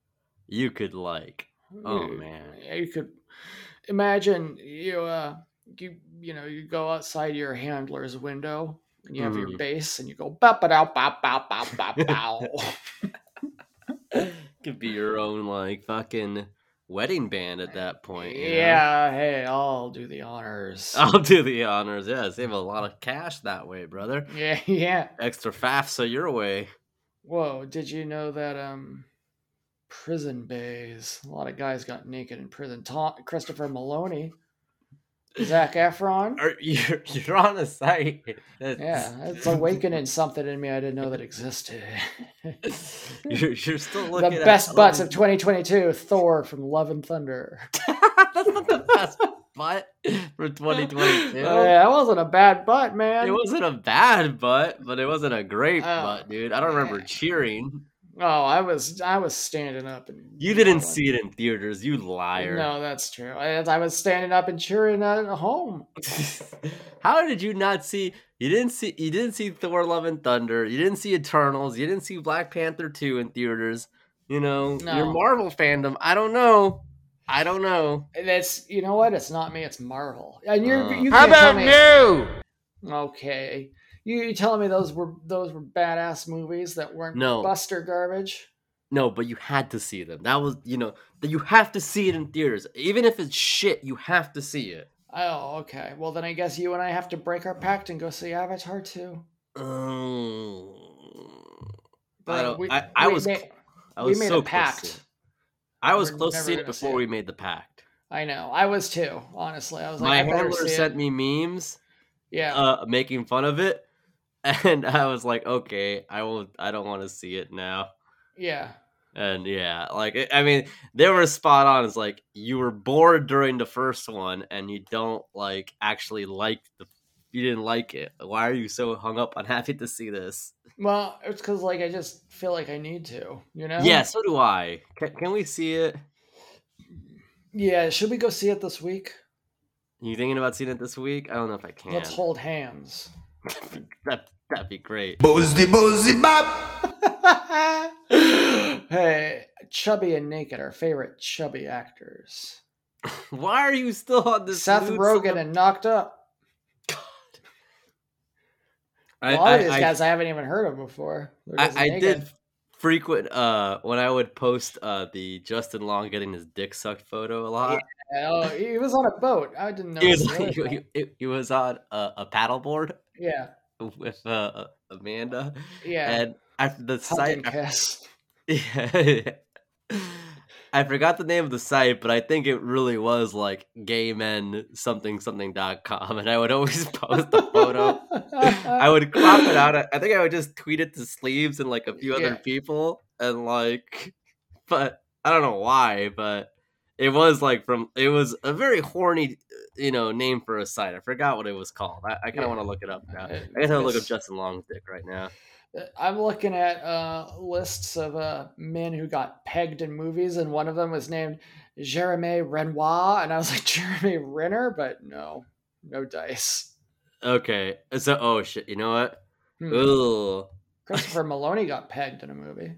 S3: You could like oh,
S4: You-
S3: man.
S4: you could imagine you uh you you know you go outside your handler's window and you have your
S3: Mhm.
S4: bass and you go bop it out bop bop bop
S3: (laughs)
S4: bop bow.
S3: could be your own like fucking wedding band at that point. you know? Oh.
S4: yeah, hey, I'll do the honors.
S3: (laughs) I'll do the honors. Yeah, save a lot of cash that way, brother.
S4: (laughs) Yeah, yeah.
S3: Extra FAFSA your way.
S4: Whoa, did you know that um prison bays? A lot of guys got naked in prison. Ta- Christopher Maloney, Zach Efron.
S3: Are, (laughs) you're, you're on a site. That's,
S4: Yeah, it's awakening something in me I didn't know that existed.
S3: (laughs)
S4: (laughs)
S3: You're, you're still
S4: the
S3: looking at
S4: best butts of
S3: eleven-
S4: 2022, Thor from Love and Thunder.
S3: That's not the best butt for 2022.
S4: (laughs) Oh, Yeah, that wasn't a bad butt, man.
S3: It wasn't a bad butt, but it wasn't a great
S4: Oh.
S3: butt, dude. I don't remember cheering.
S4: oh, I was I was standing up and
S3: You didn't see it in theaters, you liar.
S4: No, that's true. I, I was standing up and cheering at home.
S3: (laughs) How did you not see? You didn't see. You didn't see Thor: Love and Thunder. You didn't see Eternals. You didn't see Black Panther two in theaters. You know your
S4: No.
S3: Marvel fandom. I don't know. I don't know.
S4: And It's you know what? It's not me. It's Marvel. And you're
S3: Uh,
S4: you
S3: how
S4: can't tell
S3: about
S4: me, Okay, you you telling me those were those were badass movies that weren't
S3: No.
S4: Buster garbage?
S3: No, but you had to see them. That was you know that you have to see it in theaters, even if it's shit. You have to see it.
S4: Oh, okay. Well, then I guess you and I have to break our pact and go see Avatar too.
S3: Oh. I,
S4: But
S3: don't,
S4: we-
S3: I, I
S4: we
S3: was
S4: ma-
S3: cl- I was
S4: we made
S3: so
S4: a pact.
S3: Close to it. I was
S4: We're
S3: close to
S4: never
S3: see it
S4: gonna see
S3: before
S4: it.
S3: we made the pact.
S4: I know. I was too. Honestly, I was
S3: My
S4: like, I better
S3: handler
S4: see
S3: sent
S4: it.
S3: me memes
S4: Yeah,
S3: uh, making fun of it, (laughs) and I was like, okay, I won't. I don't want to see it now.
S4: yeah,
S3: And yeah, like it- I mean, they were spot on. It's like you were bored during the first one, and you don't like actually like the. You didn't like it. Why are you so hung up on (laughs) having to see this?
S4: Well, it's because like I just feel like I need to. You know?
S3: Yeah, so do I. Can, can we see it?
S4: Yeah, should we go see it this week?
S3: You thinking about seeing it this week? I don't know if I can.
S4: Let's hold hands.
S3: that, that'd be great.
S8: Boozy, boozy, bop.
S4: (laughs) hey, chubby and naked, our favorite chubby actors.
S3: Why are you still on this?
S4: Seth
S3: nude
S4: Rogen
S3: celeb-
S4: and Knocked Up.
S3: I,
S4: a lot of
S3: I-
S4: these
S3: I-
S4: guys I haven't even heard of before. They're just
S3: I, I
S4: naked.
S3: did frequent uh when I would post uh the Justin Long getting his dick sucked photo a lot.
S4: Oh, he was on a boat. I didn't know.
S3: He was,
S4: this was
S3: (laughs) he-
S4: him.
S3: he- he was on a, a paddleboard (laughs)
S4: yeah,
S3: with uh, Amanda,
S4: yeah.
S3: and after the
S4: Hug
S3: site,
S4: and kiss.
S3: (laughs) Yeah. I forgot the name of the site, but I think it really was like gay men something something dot com, and I would
S4: (laughs)
S3: always (laughs) post the photo. I would crop it out. I I think I would just tweet it to Sleeves and like a few
S4: Yeah.
S3: other people, and like, (laughs) but I don't know why, but it was like from it was a very horny, you know, name for a site. I forgot what it was called. I, I kind of
S4: Yeah.
S3: want to look it up now.
S4: Uh,
S3: I guess I'll look up
S4: it's-
S3: Justin Long's dick right now.
S4: Uh, I'm looking at uh, lists of uh, men who got pegged in movies, and one of them was named Jeremy Renoir, and I was like (laughs) Jeremy Renner, but no, no dice.
S3: Okay, so oh shit, you know what?
S4: Hmm.
S3: Ooh.
S4: Christopher Maloney got pegged in a movie.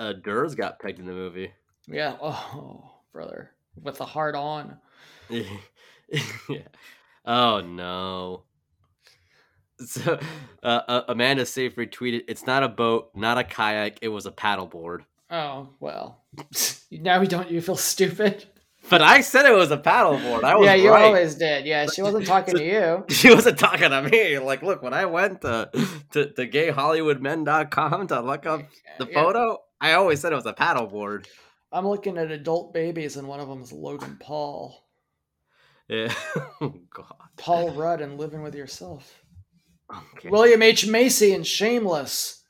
S3: uh, Durs got pegged in the movie. (laughs)
S4: Yeah, (laughs) oh brother, with the hard on.
S3: yeah. Oh no. (laughs) So uh, uh, Amanda Seyfried tweeted, "It's not a boat, not a kayak. It was a paddleboard."
S4: Oh well, (laughs) now you don't. You feel stupid.
S3: But I said it was a paddleboard. I was
S4: yeah, you
S3: right.
S4: always did. Yeah, she wasn't talking to you.
S3: (laughs) She wasn't talking to me. Like, look, when I went to to, to gayhollywoodmen.com to
S4: (laughs)
S3: look up the
S4: Yeah.
S3: photo, I always said it was a paddleboard.
S4: I'm looking at adult babies, and one of them is Logan Paul,
S3: Yeah. (laughs) oh
S4: (laughs)
S3: God.
S4: Paul Rudd, and Living with Yourself.
S3: Okay.
S4: William H. Macy and Shameless.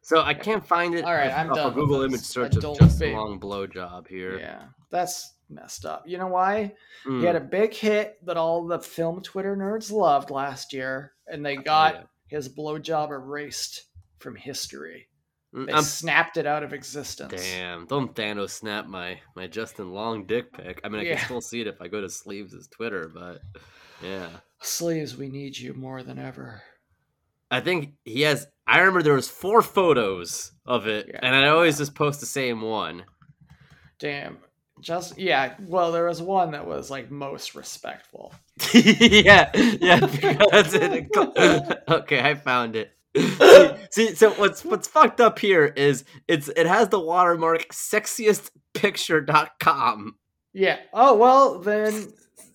S3: so I can't find it.
S4: All right,
S3: off-
S4: I'm
S3: off a
S4: done with
S3: Google
S4: this.
S3: image search of
S4: Adult
S3: just
S4: baby.
S3: long blowjob here.
S4: Yeah, that's messed up. You know why?
S3: Mm.
S4: He had a big hit that all the film Twitter nerds loved last year, and they got
S3: Oh, yeah.
S4: his blowjob erased from history.
S3: Mm,
S4: They
S3: I'm
S4: snapped it out of existence.
S3: damn. Don't Thanos snap my my Justin Long dick pic. I mean, I
S4: Yeah.
S3: can still see it if I go to Sleeves' Twitter, but yeah,
S4: Sleeves, we need you more than ever.
S3: I think he has. I remember there was four photos of it,
S4: Yeah.
S3: and I always just post the same one.
S4: Damn. Just yeah. Well, there was one that was like most respectful.
S3: (laughs) yeah, yeah. (laughs) because it- (laughs) okay, I found it. see, see, so what's what's fucked up here is it's it has the watermark sexiestpicture.com.
S4: Yeah. Oh well, then I mean,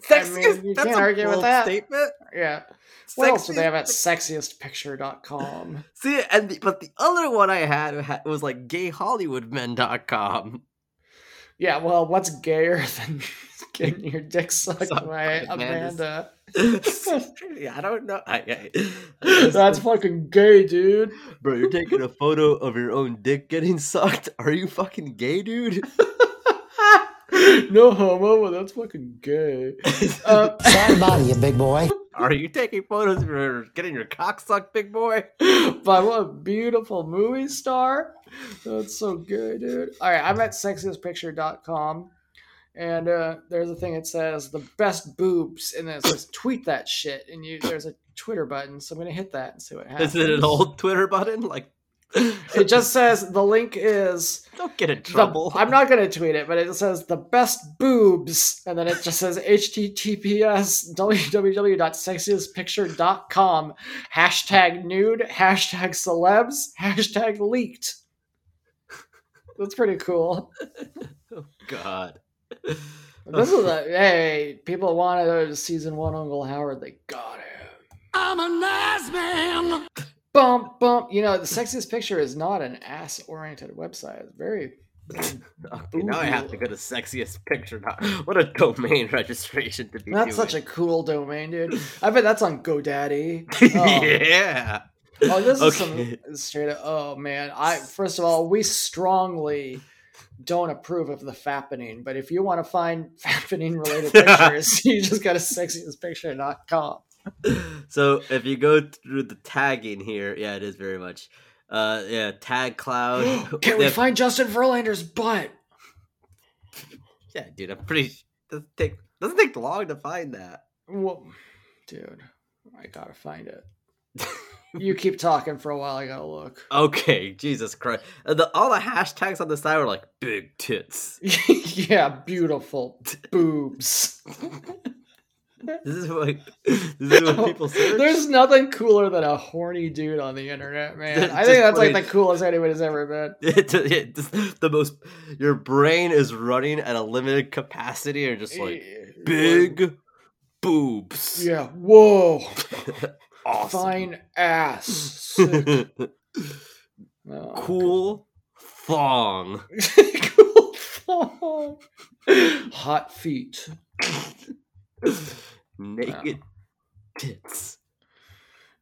S3: Sexiest.
S4: you
S3: that's
S4: can't
S3: a
S4: argue with
S3: bold
S4: that.
S3: statement.
S4: yeah. What else do they
S3: Sexiest
S4: have at sexiestpicture.com?
S3: See, and the, but the other one I had ha- was like gayhollywoodmen.com.
S4: Yeah, well, what's gayer (laughs) than getting your dick sucked
S3: Sucked
S4: by
S3: by Amanda's-
S4: Amanda?
S3: Seriously, (laughs) I don't know. I, I- (laughs)
S4: That's fucking gay, dude.
S3: bro, you're taking a photo of your own dick getting sucked. Are you fucking gay, dude?
S4: (laughs) no homo, but that's fucking
S3: (laughs)
S4: gay. Uh,
S3: Are you taking photos of your getting your cock sucked, big boy?
S4: but what a beautiful movie star. That's so good, dude. All right, I'm at sexiestpicture.com. And uh, there's a thing that says the best boobs, and then it says tweet that shit. And you there's a Twitter button, so I'm gonna hit that and see what happens.
S3: Is it an old Twitter button? Like,
S4: It just says the link is
S3: don't get in
S4: the-
S3: trouble.
S4: (laughs) I'm not gonna tweet it, but it says the best boobs, and then it just says https www.sexiestpicture.com hashtag nude hashtag celebs hashtag leaked. That's pretty cool.
S3: (laughs) God.
S4: This is a hey people wanted a season one Uncle Howard. They got him. I'm a nice man. Bump bump. You know the sexiest picture is not an ass oriented website. It's very
S3: Okay, now I have to go to sexiest picture. What a domain registration to be.
S4: That's
S3: doing.
S4: such a
S3: (laughs)
S4: cool domain, dude. I bet that's on GoDaddy.
S3: (laughs)
S4: Oh,
S3: yeah.
S4: oh, this is
S3: Okay.
S4: some straight up. Oh man, I first of all, we strongly don't approve of the fappening. But if you want to find (laughs) fappening
S3: (laughs)
S4: related pictures, (laughs) you just go to sexiestpicture.com.
S3: So if you go through the tagging here, yeah, it is very much. Uh, (gasps) yeah, tag cloud.
S4: Can we
S3: They-
S4: find Justin Verlander's butt?
S3: Yeah, dude, I'm pretty. s- Doesn't take doesn't take long to find that.
S4: Whoa. Dude, I gotta find
S3: (laughs)
S4: it. you keep talking for a while. I gotta look. (laughs)
S3: Okay, Jesus Christ! And the, all the hashtags on the side were like big tits.
S4: yeah, beautiful
S3: (laughs)
S4: boobs.
S3: This is what (laughs) this is what
S4: (laughs)
S3: people search. (laughs)
S4: There's nothing cooler than a horny dude on the internet, man. I
S3: Just
S4: think that's like the
S3: plain-
S4: coolest anybody's ever been.
S3: It's- it's the most your brain is running at a limited capacity and just
S4: Eh,
S3: like big boobs
S9: (laughs)
S4: Yeah. Whoa.
S3: awesome
S4: Fine ass. Sick. Oh,
S3: (laughs) cool thong
S4: cool thong. (laughs) Hot feet.
S3: naked tits (laughs)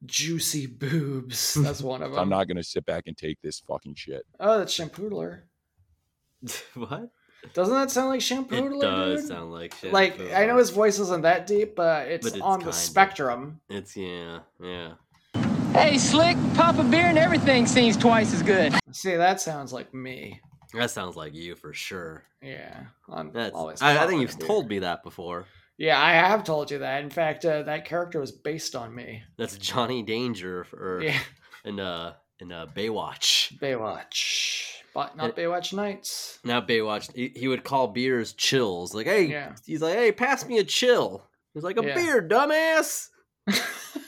S4: Juicy boobs. That's one of
S9: (laughs)
S4: them.
S9: I'm not going to sit back and take this fucking shit.
S4: oh, that's Shampoodler.
S3: what
S4: Doesn't that sound like Shampoodler?
S3: it does
S4: dude?
S3: sound like shit
S4: like
S3: but,
S4: I know his voice isn't that deep, but it's,
S3: it's
S4: on the
S3: kinda.
S4: spectrum.
S3: it's yeah yeah
S10: Hey, slick, pop a beer and everything seems twice as good.
S4: See, that sounds like me.
S3: that sounds like you for sure
S4: Yeah, I'm
S3: that's
S4: always.
S3: I, I think
S4: fucking
S3: you've
S4: weird.
S3: told me that before
S4: Yeah, I have told you that. In fact, uh, that character was based on me.
S3: that's johnny danger for
S4: Yeah,
S3: in uh in uh baywatch
S4: Baywatch, but not
S3: It-
S4: Baywatch Nights.
S3: Not Baywatch. He, he would call beers chills. Like, hey,
S4: Yeah.
S3: he's like, hey, pass me a chill. He's like, a
S4: Yeah.
S3: beer, dumbass.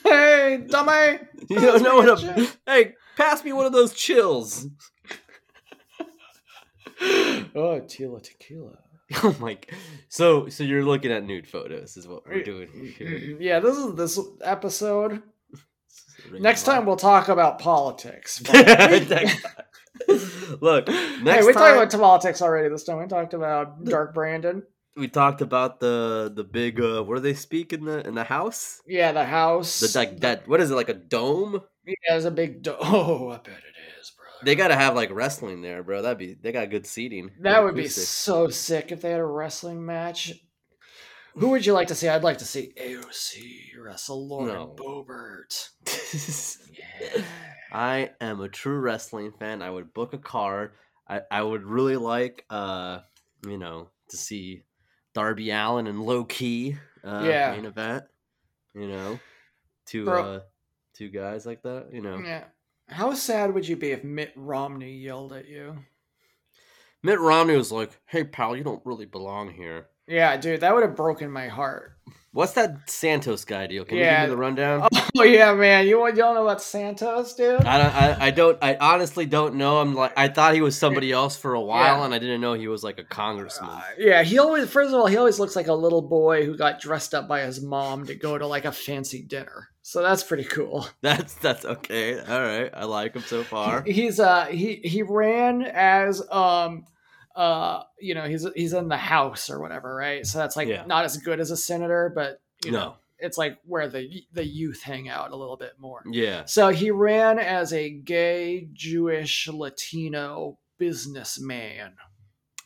S4: hey, dummy!
S3: You
S4: Pass
S3: don't know
S4: me a
S3: what a
S4: chill."
S3: (laughs) hey, pass me one of those chills. (laughs)
S4: Oh, Tila Tequila.
S3: Oh my! g- So, so you're looking at nude photos, is what we're doing
S4: Mm-hmm.
S3: here.
S4: Yeah, this is this episode. Next time
S3: (laughs)
S4: we'll talk about politics. but-
S3: Next time. (laughs) Look, next
S4: hey, we
S3: time
S4: talked about politics already this time. We talked about Dark Brandon.
S3: we talked about the the big uh what do they speak in the in the house?
S4: Yeah, the house.
S3: The like that what is it like a dome?
S4: yeah, there's a big. Do- (laughs) oh, I bet it is, brother.
S3: They gotta have like wrestling there, bro. That'd be they got good seating.
S4: That
S3: good
S4: would be
S3: acoustics.
S4: so sick if they had a wrestling match. Who would you like to see? I'd like to see AOC wrestle Lauren
S3: No.
S4: Boebert.
S3: (laughs) I am a true wrestling fan. I would book a card. I, I would really like, uh, you know, to see Darby Allen and Low Key uh,
S4: Yeah.
S3: main event. You know, two
S4: Bro.
S3: uh, two guys like that. You know,
S4: Yeah. How sad would you be if Mitt Romney yelled at you?
S3: Mitt Romney was like, "Hey pal, you don't really belong here."
S4: Yeah, dude, that would have broken my heart. (laughs)
S3: What's that Santos guy deal? Can you
S4: Yeah.
S3: give me the rundown?
S4: Oh yeah, man, you want y'all know about Santos, dude?
S3: I don't. I, I don't. I honestly don't know. I'm like. I thought he was somebody else for a while, and I didn't know he was like a congressman.
S4: Yeah, he always first of all, he always looks like a little boy who got dressed up by his mom to go to like a fancy dinner. So that's pretty cool.
S3: (laughs) That's that's okay. All right, I like him
S4: (laughs)
S3: so far.
S4: He's uh he he ran as um uh you know, he's he's in the house or whatever, right? So that's like
S3: Yeah.
S4: not as good as a senator, but you know,
S3: No,
S4: it's like where the the youth hang out a little bit more.
S3: yeah,
S4: So he ran as a gay Jewish Latino businessman.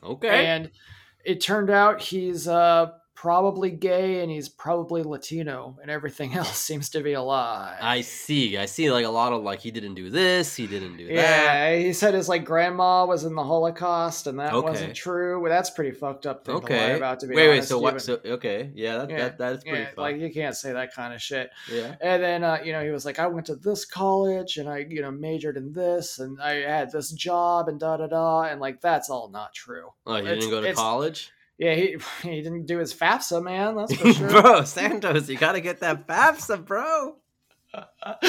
S3: okay.
S4: and it turned out he's uh probably gay and he's probably latino and everything (laughs) else seems to be a lie
S3: I see. I see. Like a lot of like he didn't do this. He didn't do that.
S4: yeah he said his like grandma was in the holocaust and that
S3: Okay.
S4: wasn't true well that's pretty fucked up thing to lie
S3: Okay.
S4: about to be
S3: wait, wait.
S4: honest,
S3: So
S4: even-
S3: what? So okay. Yeah, that
S4: Yeah,
S3: that, that is pretty
S4: yeah,
S3: fun.
S4: like you can't say that kind of shit
S3: yeah.
S4: and then uh, you know he was like i went to this college and i you know majored in this and i had this job and da da da and like that's all not true
S3: Oh, he
S4: it's-
S3: didn't go to
S4: it's-
S3: college,
S4: yeah he, (laughs) he didn't do his fafsa man that's
S3: (laughs)
S4: for sure
S3: bro. Santos, you gotta get that FAFSA, bro.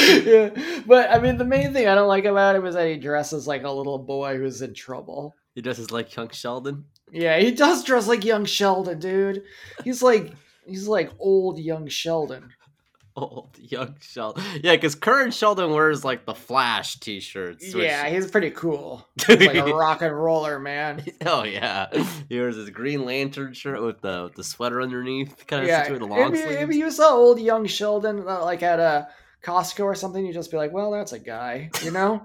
S4: yeah. But I mean, the main thing I don't like about him is that he dresses like a little boy who's in trouble.
S3: He dresses like young Sheldon.
S4: Yeah, he does dress like young Sheldon, dude. He's like he's like old young Sheldon.
S3: old (laughs) young Sheldon. Yeah, because current Sheldon wears like the Flash T-shirts. which- (laughs)
S4: Yeah, he's pretty cool. He's like a rock and roller man.
S3: oh yeah, he wears his Green Lantern shirt with the with the sweater underneath, (laughs) kind of
S4: Yeah,
S3: situated long
S4: if you, if
S3: sleeves.
S4: you saw old young Sheldon uh, like at a Costco or something, you'd just be like, "Well, that's a guy," you know.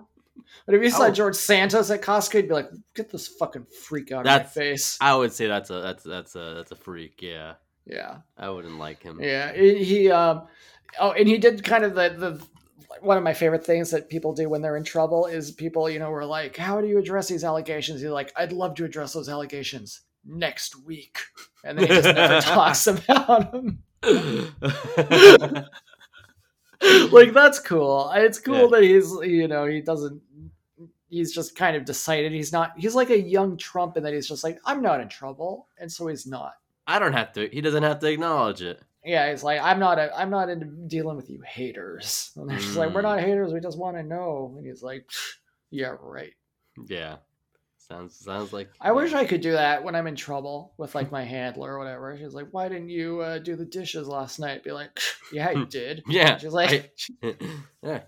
S4: But if you saw
S3: Oh.
S4: George Santos at Costco, you'd be like, "Get this fucking freak out
S3: That's-
S4: of my face!"
S3: I would say that's a that's that's a that's a freak. Yeah,
S4: yeah.
S3: I wouldn't like him.
S4: Yeah, he, he um, oh, and he did kind of the the one of my favorite things that people do when they're in trouble is people you know were like, how do you address these allegations? He's like, I'd love to address those allegations. next week, and then he just never talks about him. like that's cool. It's cool
S3: Yeah.
S4: that he's you know he doesn't. He's just kind of decided he's not. He's like a young Trump, and that he's just like I'm not in trouble, and so he's not.
S3: (laughs) I don't have to. He doesn't have to acknowledge it.
S4: Yeah, he's like I'm not. A, I'm not into dealing with you haters. And they're just like we're
S3: Mm.
S4: not haters. We just want to know. And he's like, yeah, right.
S3: Yeah, sounds sounds like.
S4: I wish I could do that when I'm in trouble with like my handler or whatever. She's like, "Why didn't you uh, do the dishes last night?" Be like, "Yeah,
S3: Hmm.
S4: I did."
S3: Yeah,
S4: She's like,
S3: I- (laughs) yeah,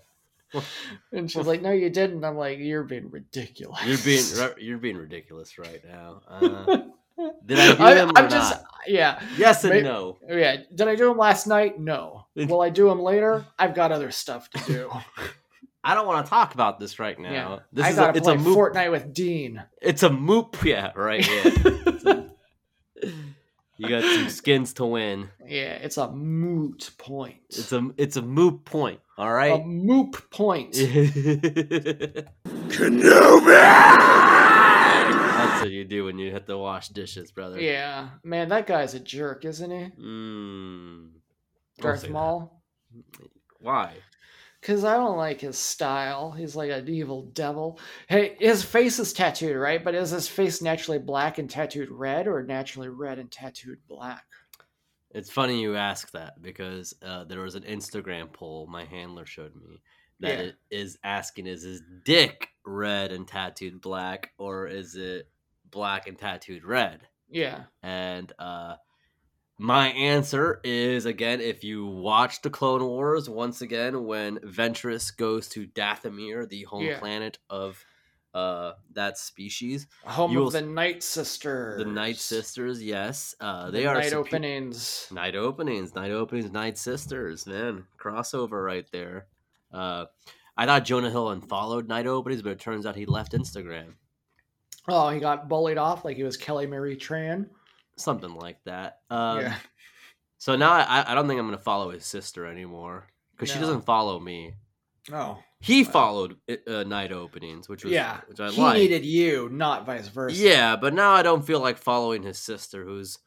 S4: and she's like, "No, you didn't." I'm like, "You're being ridiculous."
S3: you're
S4: (laughs)
S3: being ri- you're being ridiculous right now. Uh, did I do
S4: I,
S3: them
S4: am
S3: or
S4: just
S3: not?
S4: yeah,
S3: Yes and
S4: may-
S3: no.
S4: yeah. Did I do them last night? No. Will I do them later? I've got other stuff to
S3: (laughs)
S4: do.
S3: I don't want to talk about this right now.
S4: yeah,
S3: This
S4: I
S3: is
S4: gotta
S3: a, it's
S4: play
S3: a moot.
S4: Fortnite with Dean.
S3: It's a moop. (laughs) Yeah, right.
S4: (laughs)
S3: Yeah. you got some skins to win.
S4: Yeah, it's a moot point.
S3: It's a it's a moot point. All
S4: a
S3: (laughs) right.
S4: moot point.
S3: That's what you do when you have to wash dishes, brother.
S4: yeah, man, that guy's a jerk, isn't he?
S3: Mm. Don't say
S4: Darth
S3: that.
S4: Maul.
S3: Why?
S4: Cause I don't like his style. He's like an evil devil. Hey, his face is tattooed, right? But is his face naturally black and tattooed red, or naturally red and tattooed black?
S3: It's funny you ask that because uh, there was an Instagram poll my handler showed me that
S4: Yeah.
S3: it is asking is his dick red and tattooed black or is it black and tattooed red?
S4: Yeah,
S3: And uh, my answer is again, if you watch the Clone Wars, once again, when Ventress goes to Dathomir, the home
S4: Yeah.
S3: planet of uh, that species,
S4: home
S3: You'll
S4: of the
S3: s-
S4: Night Sister.
S3: the Night Sisters. Yes, uh, they are
S4: night
S3: supe-
S4: openings.
S3: Night openings, night openings, night sisters, man, crossover right there. Uh, I thought Jonah Hill unfollowed night openings, but it turns out he left Instagram,
S4: Oh, he got bullied off like he was Kelly Marie Tran.
S3: something like that. Um,
S4: yeah,
S3: So now I, I don't think I'm gonna follow his sister anymore because she
S4: No.
S3: doesn't follow me.
S4: oh,
S3: He followed uh, night openings, which was
S4: yeah.
S3: which I
S4: he
S3: like.
S4: needed you, not vice versa.
S3: yeah, but now I don't feel like following his sister, whose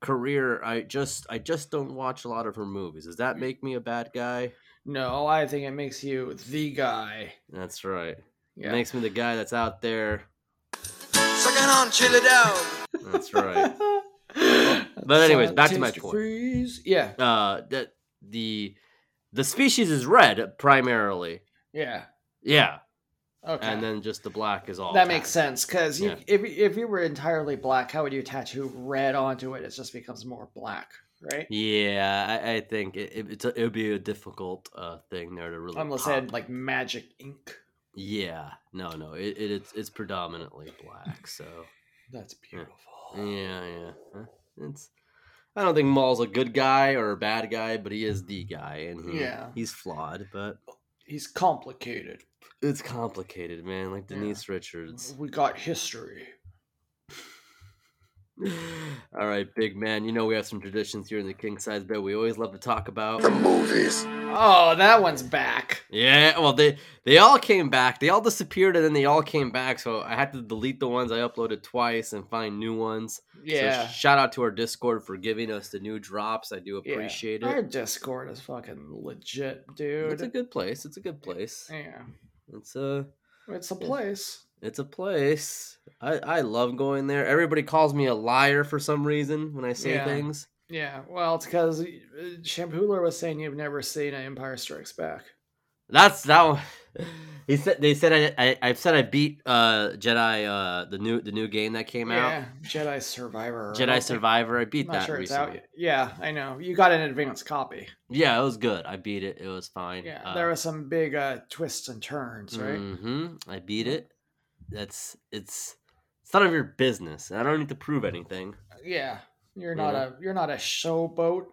S3: career I just I just don't watch a lot of her movies. Does that make me a bad guy?
S4: No, I think it makes you the guy.
S3: That's right.
S4: Yeah.
S3: Makes me the guy that's out there.
S8: Suck it on, chill it out.
S3: That's right. (laughs) But anyways, back to my
S4: Taste
S3: point.
S4: freeze. Yeah,
S3: uh, that the the species is red primarily.
S4: yeah.
S3: Yeah,
S4: Okay.
S3: and then just the black is all.
S4: that makes
S3: tattooed.
S4: sense because
S3: Yeah.
S4: if if you were entirely black, how would you tattoo red onto it? It just becomes more black, right?
S3: Yeah, I, I think it, it, it's a, it would be a difficult uh, thing there to really.
S4: Unless they
S3: pop.
S4: had like magic ink.
S3: Yeah, no, no, it, it it's it's predominantly black. So
S4: That's beautiful.
S3: yeah, yeah, Huh? it's. I don't think Maul's a good guy or a bad guy, but he is the guy, and he,
S4: Yeah. Oh.
S3: he's flawed. But
S4: He's complicated.
S3: it's complicated, man. Like
S4: Yeah.
S3: Denise Richards.
S4: We got history.
S3: All right, big man. You know we have some traditions here in the king size bed. We always love to talk about.
S5: Movies.
S4: Oh, that one's back.
S3: Yeah, well they they all came back. They all disappeared and then they all came back. So I had to delete the ones I uploaded twice and find new ones. So
S4: Yeah.
S3: shout out to our Discord for giving us the new drops. I do
S4: Yeah.
S3: appreciate
S4: Our
S3: it.
S4: Discord is fucking legit,
S3: It's a
S4: dude.
S3: good place. It's a good place.
S4: Yeah.
S3: It's a
S4: It's a
S3: Yeah.
S4: place.
S3: it's a place. I I love going there. Everybody calls me a liar for some reason when I say
S4: Yeah.
S3: things.
S4: Yeah. Well, it's because Shampooler was saying you've never seen an Empire Strikes Back.
S3: That's that one. (laughs) He said they said I, I I've said I beat uh Jedi uh the new the new game that came
S4: Yeah. Jedi Survivor. I
S3: out.
S4: don't
S3: Jedi
S4: think-
S3: Survivor, I beat
S4: I'm
S3: that
S4: not sure it's
S3: recently.
S4: out yet. Yeah, I know. You got an advanced copy.
S3: Yeah, it was good. I beat it. It was fine. Uh,
S4: Yeah, there were some big uh, twists and turns, right?
S3: hmm I beat it. That's it's it's none of your business. I don't need to prove anything.
S4: Yeah, you're not
S3: Yeah.
S4: a you're not a showboat.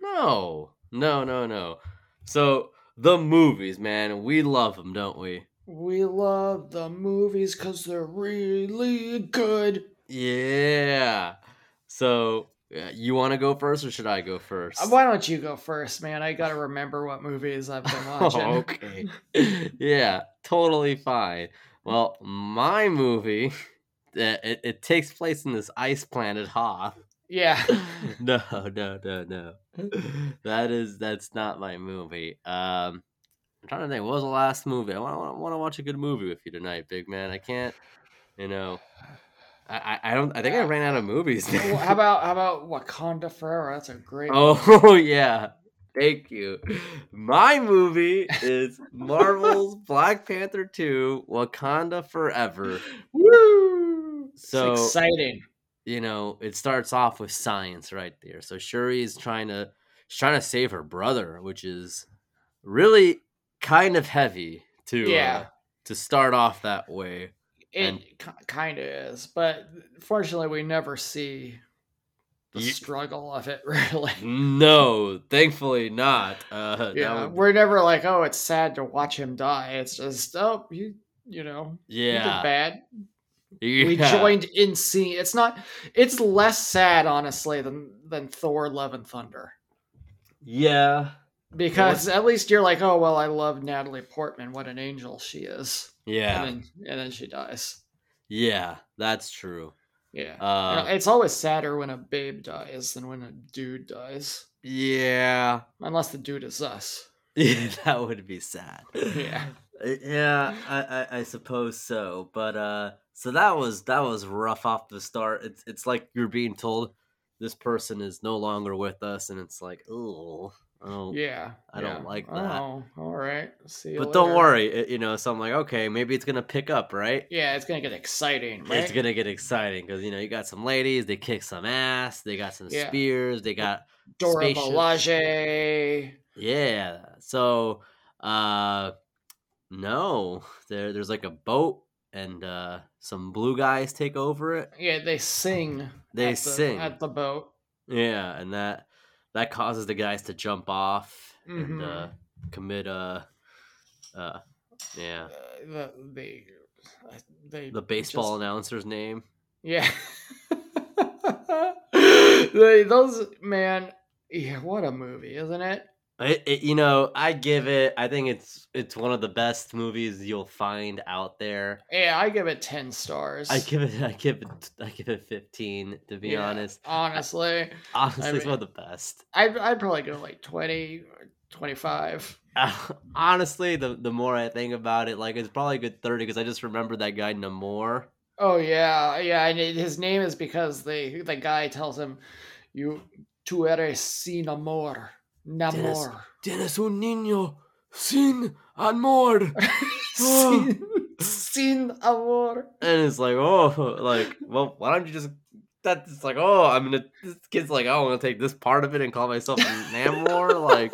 S3: No, no, no, no. So the movies, man, we love them, don't we?
S4: We love the movies because they're really good.
S3: Yeah. So yeah, you want to go first, or should I go first?
S4: Uh, Why don't you go first, man? I gotta remember what movies I've (laughs) been watching.
S3: (laughs) Oh, (laughs) okay. yeah, totally fine. Well, my movie (laughs) uh, it, it takes place in this ice planet Hoth. (laughs)
S4: Yeah. (laughs)
S3: No, no, no, no. (laughs) That is that's not my movie. Um, I'm trying to think. What was the last movie? I want to want to watch a good movie with you tonight, big man. I can't. You know, I I I don't. I think I ran out of movies.
S4: Uh,
S3: (laughs)
S4: Well, how about how about Wakanda Forever? That's a great.
S3: Oh yeah. Thank you. My movie
S4: (laughs)
S3: is Marvel's Black Panther 2 Wakanda Forever.
S4: Woo!
S3: So-
S4: it's exciting.
S3: You know, it starts off with science right there. So Shuri is trying to she's trying to save her brother, which is really kind of heavy to uh,
S4: Yeah.
S3: to start off that way.
S4: It
S3: and-
S4: kind of is, but fortunately, we never see the
S3: Ye-
S4: struggle of it. (laughs) Really.
S3: No, thankfully not. Uh that
S4: Yeah,
S3: would-
S4: we're never like, oh, it's sad to watch him die. It's just, oh, you, you know, he did
S3: (laughs) yeah.
S4: bad.
S3: yeah.
S4: We joined in scene. It's not. It's less sad, honestly, than than Thor: Love and Thunder,
S3: Yeah.
S4: because at least you're like, oh, well, I love Natalie Portman. What an angel she is.
S3: Yeah.
S4: And then, and then she dies.
S3: yeah, that's true.
S4: Yeah. You
S3: Uh,
S4: know, it's always sadder when a babe dies than when a dude dies, (laughs)
S3: yeah.
S4: unless the dude is us.
S3: (laughs) Yeah, that would be sad.
S4: Yeah.
S3: Uh, Yeah, I, I, I suppose so. But uh so that was that was rough off the start. It's it's like you're being told this person is no longer with us and it's like, oh, oh
S4: Yeah.
S3: I don't
S4: yeah.
S3: like that.
S4: Oh, all right. See you
S3: but don't
S4: later.
S3: worry, it, you know, so I'm like, okay, maybe it's gonna pick up, right?
S4: Yeah, it's gonna get exciting. Right?
S3: It's gonna get exciting because you know you got some ladies, they kick some ass, they got some
S4: Yeah.
S3: spears, they got
S4: Dora
S3: spaceships.
S4: Milaje.
S3: Yeah. So uh no. (laughs) There there's like a boat and uh some blue guys take over it.
S4: Yeah, they sing.
S3: They
S4: at the-
S3: sing.
S4: at the boat.
S3: Yeah, and that that causes the guys to jump off and
S4: Mhm.
S3: uh commit uh uh yeah.
S4: Uh, the the uh, they
S3: The baseball
S4: just-
S3: announcer's name.
S4: yeah. (laughs) they, those man, yeah, what a movie, isn't it?
S3: It, it, you know, I give it. I think it's it's one of the best movies you'll find out there.
S4: Yeah, I give it ten stars.
S3: I give it. (laughs) I give it. I give it fifteen. To be
S4: Yeah,
S3: honest,
S4: honestly,
S3: honestly, it's
S4: mean-
S3: one of the best.
S4: I'd I'd probably go like 20 or 25.
S3: (laughs) honestly, the the more I think about it, like it's probably a good thirty because I just remember that guy Namor.
S4: Oh yeah, yeah, and it- his name is because the the guy tells him, "You tu eres sin amor, namor."
S3: Tienes un niño sin amor,
S4: (laughs) sin, sin amor.
S3: (laughs) and it's like, oh, like, well, why don't you just? That's it's like, oh, I'm gonna. This kid's like, oh, I'm gonna take this part of it and call myself (laughs) Namor. Like,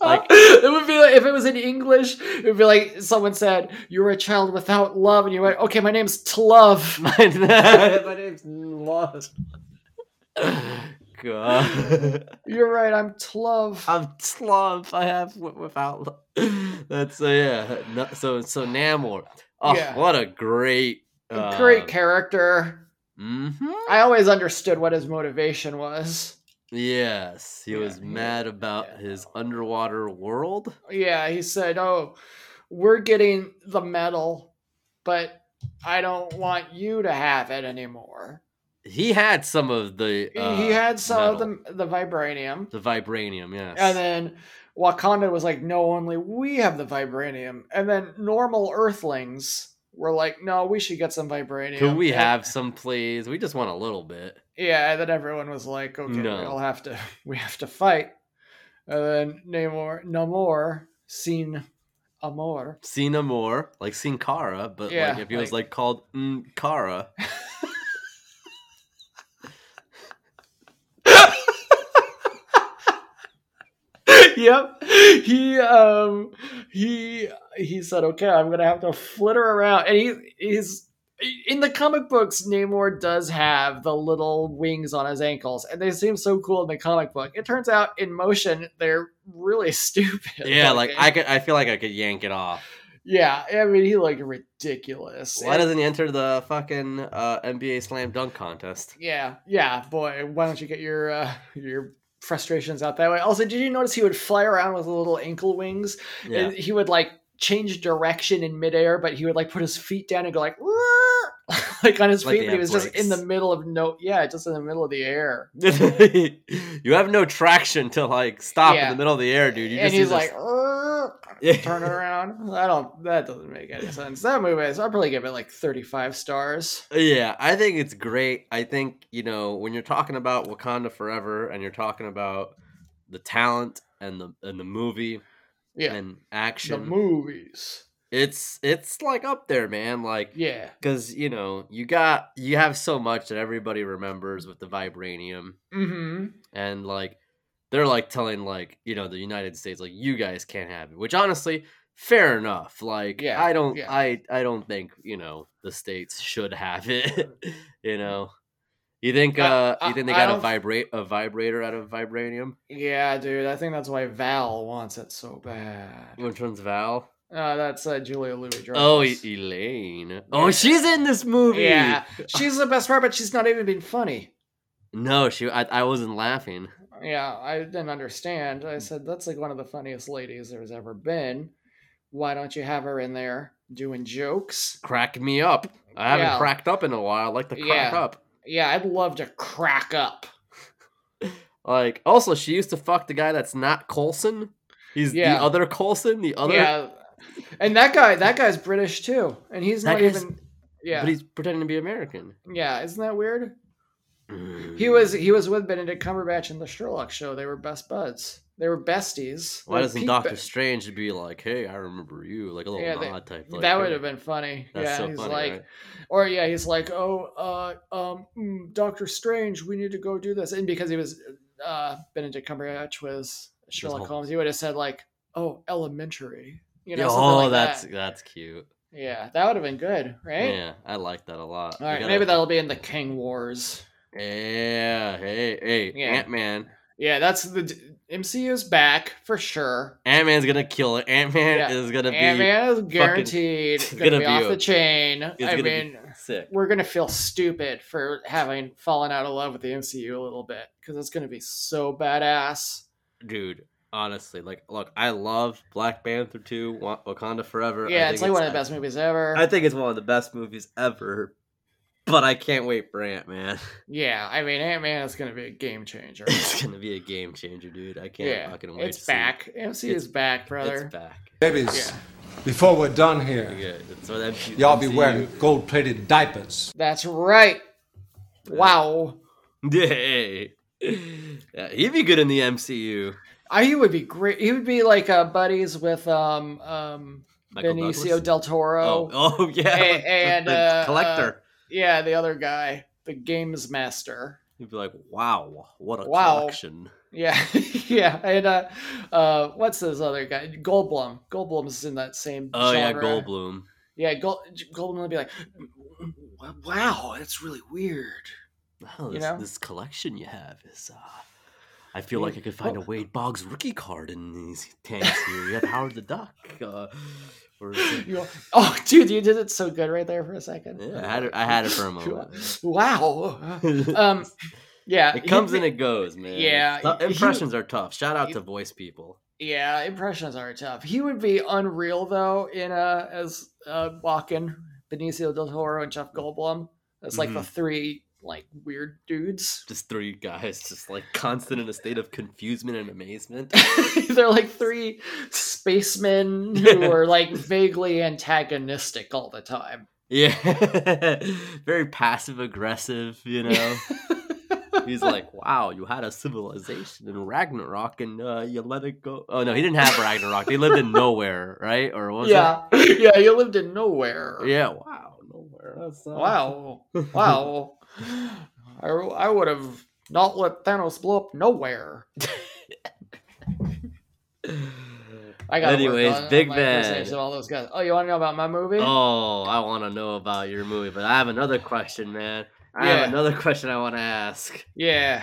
S3: like,
S4: (laughs) it would be like, if it was in English, it would be like someone said, "You were a child without love," and you went, "Okay, my name's Tlove."
S3: my, my name's Love. God.
S4: You're right, I'm Tlove.
S3: I'm slump. I have w- without. lo- That's uh, yeah. No, so so Namor. Oh,
S4: Yeah.
S3: what a great, um,
S4: Great character.
S3: hmm
S4: I always understood what his motivation was.
S3: Yes, he
S4: Yeah,
S3: was
S4: he-
S3: mad about
S4: yeah.
S3: his underwater world.
S4: Yeah, he said, "Oh, we're getting the medal, but I don't want you to have it anymore."
S3: He had some of the.
S4: He-
S3: uh,
S4: he had some
S3: metal.
S4: of the the vibranium.
S3: the vibranium. Yes,
S4: And then Wakanda was like, no, only we have the vibranium. And then normal Earthlings were like, no, we should get some vibranium.
S3: could we
S4: And-
S3: have some, please? We just want a little bit.
S4: Yeah. And then everyone was like, okay,
S3: No.
S4: we all have to, (laughs) we have to fight. And then Namor, Namor, seen Amor.
S3: Seen more like seen Kara, but
S4: Yeah,
S3: like if he was
S4: like-
S3: like called mm,
S4: (laughs)
S3: Kara.
S4: (laughs) yep. He um he he said, "Okay, I'm gonna have to flitter around." And he he's in the comic books. Namor does have the little wings on his ankles, and they seem so cool in the comic book. It turns out in motion, they're really (laughs) stupid.
S3: Yeah, like I could. I feel like I could yank it off.
S4: yeah. I mean, he looked ridiculous.
S3: Why doesn't he enter the fucking uh, NBA slam dunk contest?
S4: yeah, yeah, boy. Why don't you get your uh, your frustrations out that way? Also, did you notice he would fly around with little ankle wings?
S3: Yeah.
S4: and he would like (laughs) change direction in midair, but he would like put his feet down and go like "Wah!" like on his
S3: Like
S4: feet,
S3: they
S4: but he
S3: have
S4: was just in
S3: brakes.
S4: the middle of no, yeah, just in the middle of the air.
S3: (laughs) you have no traction to like stop in
S4: Yeah.
S3: the middle of the air, dude. You
S4: and
S3: just
S4: he's
S3: do
S4: like,
S3: this-
S4: "Err,"
S3: (laughs) Yeah.
S4: turn it around. I don't. That doesn't make any sense. That movie is. I'll probably give it like thirty-five stars.
S3: Yeah, I think it's great. I think, you know, when you're talking about Wakanda Forever and you're talking about the talent and the and the movie
S4: Yeah,
S3: and
S4: the
S3: action,
S4: movies.
S3: it's it's like up there, man. Like
S4: Yeah,
S3: cuz you know, you got you have so much that everybody remembers with the vibranium
S4: mm-hmm.
S3: and like they're like telling like, you know, the United States like you guys can't have it, which honestly fair enough. Like
S4: Yeah,
S3: I don't
S4: yeah.
S3: I I don't think, you know, the states should
S4: (laughs)
S3: have it, (laughs) you know. You think
S4: I-
S3: uh
S4: I-
S3: you think they
S4: I
S3: got a
S4: don't-
S3: vibrate a vibrator out
S4: (laughs)
S3: of vibranium?
S4: yeah, dude. I think that's why Val wants it so bad.
S3: Which one's Val?
S4: Uh, that's uh, Julia Louis Dreyfus.
S3: Oh, E- Elaine. Oh, she's in this movie.
S4: yeah, she's the best part, but she's not even being funny.
S3: No, she I, I wasn't laughing.
S4: Yeah, I didn't understand.
S3: Hmm.
S4: I said that's like one of the funniest ladies there's ever been. Why don't you have her in there doing jokes?
S3: Crack me up. I haven't
S4: Yeah.
S3: cracked up in a while. I like to crack
S4: Yeah.
S3: up.
S4: Yeah, I'd love to crack up.
S3: Like, also, she used to fuck the guy that's not Colson. He's
S4: Yeah.
S3: the other Colson, the other.
S4: Yeah, and that guy, that guy's British too, and he's
S3: That
S4: not
S3: guy's-
S4: even. Yeah,
S3: But he's pretending to be American. Hmm.
S4: yeah, isn't that weird? He was he was with Benedict Cumberbatch in the Sherlock show. They were best buds. They were besties.
S3: Why
S4: They
S3: doesn't
S4: peak
S3: Doctor
S4: be-
S3: Strange be like, "Hey, I remember you," like a little
S4: Yeah, they-
S3: nod type? Like,
S4: that
S3: "Hey."
S4: would have been funny.
S3: That's
S4: yeah,
S3: so
S4: he's
S3: funny,
S4: like,
S3: right?
S4: or yeah, he's like, oh, uh, um, mm, Doctor Strange, we need to go do this, and because he was uh, Benedict Cumberbatch was Sherlock
S3: whole-
S4: Holmes, he would have said like, oh, elementary, you know,
S3: Yeah,
S4: something
S3: oh,
S4: like
S3: that's
S4: that.
S3: that's cute.
S4: yeah, that would have been good, right?
S3: Yeah, I like that a lot.
S4: All
S3: We
S4: right,
S3: gotta-
S4: maybe that'll be in the King Wars.
S3: Yeah, hey, hey,
S4: Yeah.
S3: Ant Man.
S4: Yeah, that's the d- MCU's back for sure.
S3: Ant Man's gonna kill it. Ant Man
S4: Yeah,
S3: is gonna be
S4: Ant Man is guaranteed
S3: (laughs) it's
S4: gonna,
S3: gonna
S4: be
S3: be
S4: off
S3: a-
S4: the chain.
S3: it's
S4: I
S3: gonna be-
S4: mean,
S3: sick.
S4: we're gonna feel stupid for having fallen out of love with the MCU a little bit because it's gonna be so badass.
S3: dude. Honestly, like, look, I love Black Panther 2, Wa- Wakanda Forever. I
S4: Yeah,
S3: think
S4: it's like one of the best movies ever.
S3: I think it's one of the best movies ever, but I can't wait for Ant Man.
S4: yeah, I mean, Ant Man is gonna be a game changer.
S3: (laughs) it's gonna be a game changer, dude. I can't
S4: yeah,
S3: fucking wait.
S4: it's
S3: to see it.
S4: back. MCU
S3: It's-
S4: is back, brother.
S3: It's back.
S11: Babies,
S4: Yeah.
S11: before we're done here,
S3: Yeah, it's what MC-
S11: y'all be
S3: MCU.
S11: wearing gold plated diapers.
S4: That's right. Wow.
S3: Yay. (laughs) Yeah, he'd be good in the MCU.
S4: I, he would be great. He would be like uh, buddies with um um
S3: Michael
S4: Benicio
S3: Douglas?
S4: del Toro.
S3: Oh, oh (laughs) yeah,
S4: A-
S3: with the-
S4: and,
S3: the
S4: uh,
S3: collector.
S4: Yeah, the other guy, the games master.
S3: He'd be like, "Wow, what a
S4: Wow.
S3: collection!"
S4: Yeah, (laughs) yeah, and uh, uh, what's this other guy? Goldblum. Goldblum's in that same.
S3: Oh yeah,
S4: genre.
S3: Goldblum.
S4: Yeah, Gold, Goldblum would be like, "Mm, "Wow, that's really weird."
S3: Wow,
S4: You
S3: this,
S4: know?
S3: this collection you have is. Uh, I feel like I could find a
S4: uh,
S3: Wade Boggs rookie card in these tanks here. You have Howard the Duck. Uh, or is it-
S4: You know, (laughs) oh, dude, you did it so good right there for a second.
S3: yeah, I had it. I had it for
S4: (laughs)
S3: a moment. (laughs)
S4: Wow. Um, yeah,
S3: it comes
S4: Uh, he-
S3: and it goes, man.
S4: Yeah,
S3: Tou-
S4: he-
S3: impressions are tough. Shout out
S4: he-
S3: to voice people.
S4: Yeah, impressions are tough. He would be unreal though in uh as uh walking Benicio del Toro and Jeff Goldblum. That's like
S3: Mm-hmm.
S4: the three like weird dudes.
S3: Just three guys, just like constant in a state of confusion and amazement.
S4: (laughs) They're like three spacemen who are like vaguely antagonistic all the time.
S3: Yeah, (laughs) very passive aggressive.
S4: (laughs)
S3: You know. He's like, wow, you had a civilization in Ragnarok and uh, you let it go. Oh, no, he didn't have Ragnarok. they lived
S4: (laughs)
S3: in nowhere, right? Or what was
S4: yeah, yeah, you lived in nowhere.
S3: It? Yeah, wow, nowhere. That's, uh,
S4: Wow, wow. I, I would have not let Thanos blow up nowhere. I got.
S3: Anyways, Big Man.
S4: All those guys. Oh, you want to know about my movie?
S3: Oh, I want to know about your movie, but I have another question, man. I
S4: Yeah.
S3: have another question I want to ask.
S4: Yeah.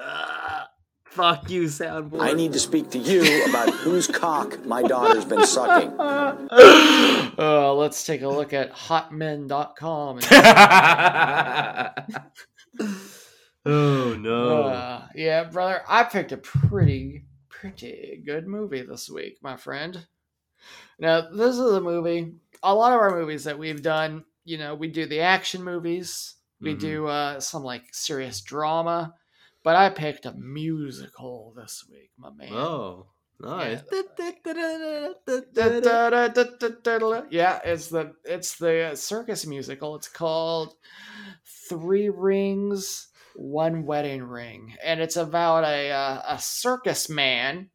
S3: Ah, fuck you, soundboard.
S7: I need to speak to you about whose cock my daughter's been sucking.
S4: Uh, let's take a look at hotmen.com.
S3: (laughs)
S4: And,
S3: oh no.
S4: uh, yeah, brother, I picked a pretty, pretty good movie this week, my friend. Now, this is a movie. A lot of our movies that we've done you know, we do the action movies, we
S3: Mhm.
S4: do uh, some like serious drama, but I picked a musical this week, my man.
S3: Oh, nice.
S4: Da-da-da-da-da-da-da. Yeah, it's the it's the uh, circus musical. It's called Three Rings, One Wedding Ring, and it's about a uh, a circus man.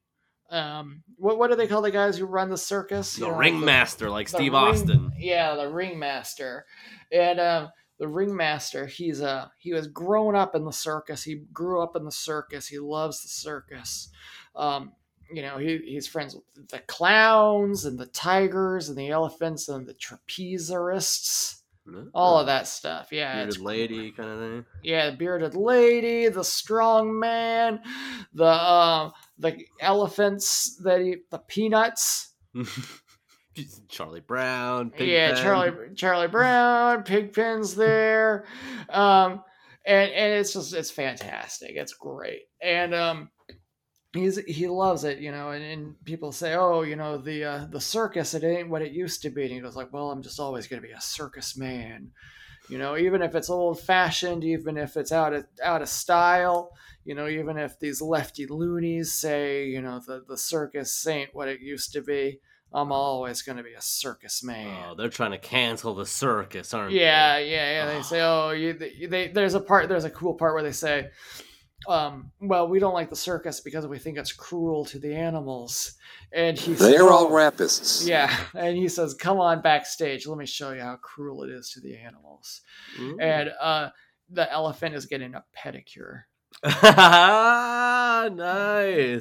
S4: Um, what what do they call the guys who run the circus? You
S3: The
S4: know, like
S3: ringmaster, like
S4: the
S3: Steve
S4: ring-
S3: Austin.
S4: Yeah, the ringmaster, and um, the ringmaster. He's uh, he was grown up in the circus. He grew up in the circus. He loves the circus. Um, you know, he, he's friends with the clowns and the tigers and the elephants and the trapezerists, all of that stuff. Yeah,
S3: Bearded
S4: it's
S3: lady kind of thing.
S4: yeah, the bearded lady, the strong man, the um, the elephants that eat the peanuts.
S3: (laughs) Charlie Brown. Pig
S4: yeah,
S3: Pen.
S4: Charlie Charlie Brown, Pigpen's there, um, and and it's just it's fantastic. It's great, and um, he's he loves it, you know. And, and people say, oh, you know, the uh, the circus it ain't what it used to be, and he goes like, well, I'm just always gonna be a circus man, you know, even if it's old fashioned, even if it's out of out of style. You know, even if these lefty loonies say, you know, the, the circus ain't what it used to be, I'm always going to be a circus man.
S3: Oh, they're trying to cancel the circus, aren't
S4: Yeah,
S3: they?
S4: yeah, yeah. They
S3: Ah.
S4: say, "Oh, you." They, they there's a part, there's a cool part where they say, um, "Well, we don't like the circus because we think it's cruel to the animals." And he, says,
S7: They're all
S4: "Oh,
S7: rapists.
S4: Yeah, and he says, "Come on backstage. Let me show you how cruel it is to the animals."
S3: Ooh.
S4: And uh, the elephant is getting a pedicure.
S3: (laughs) nice.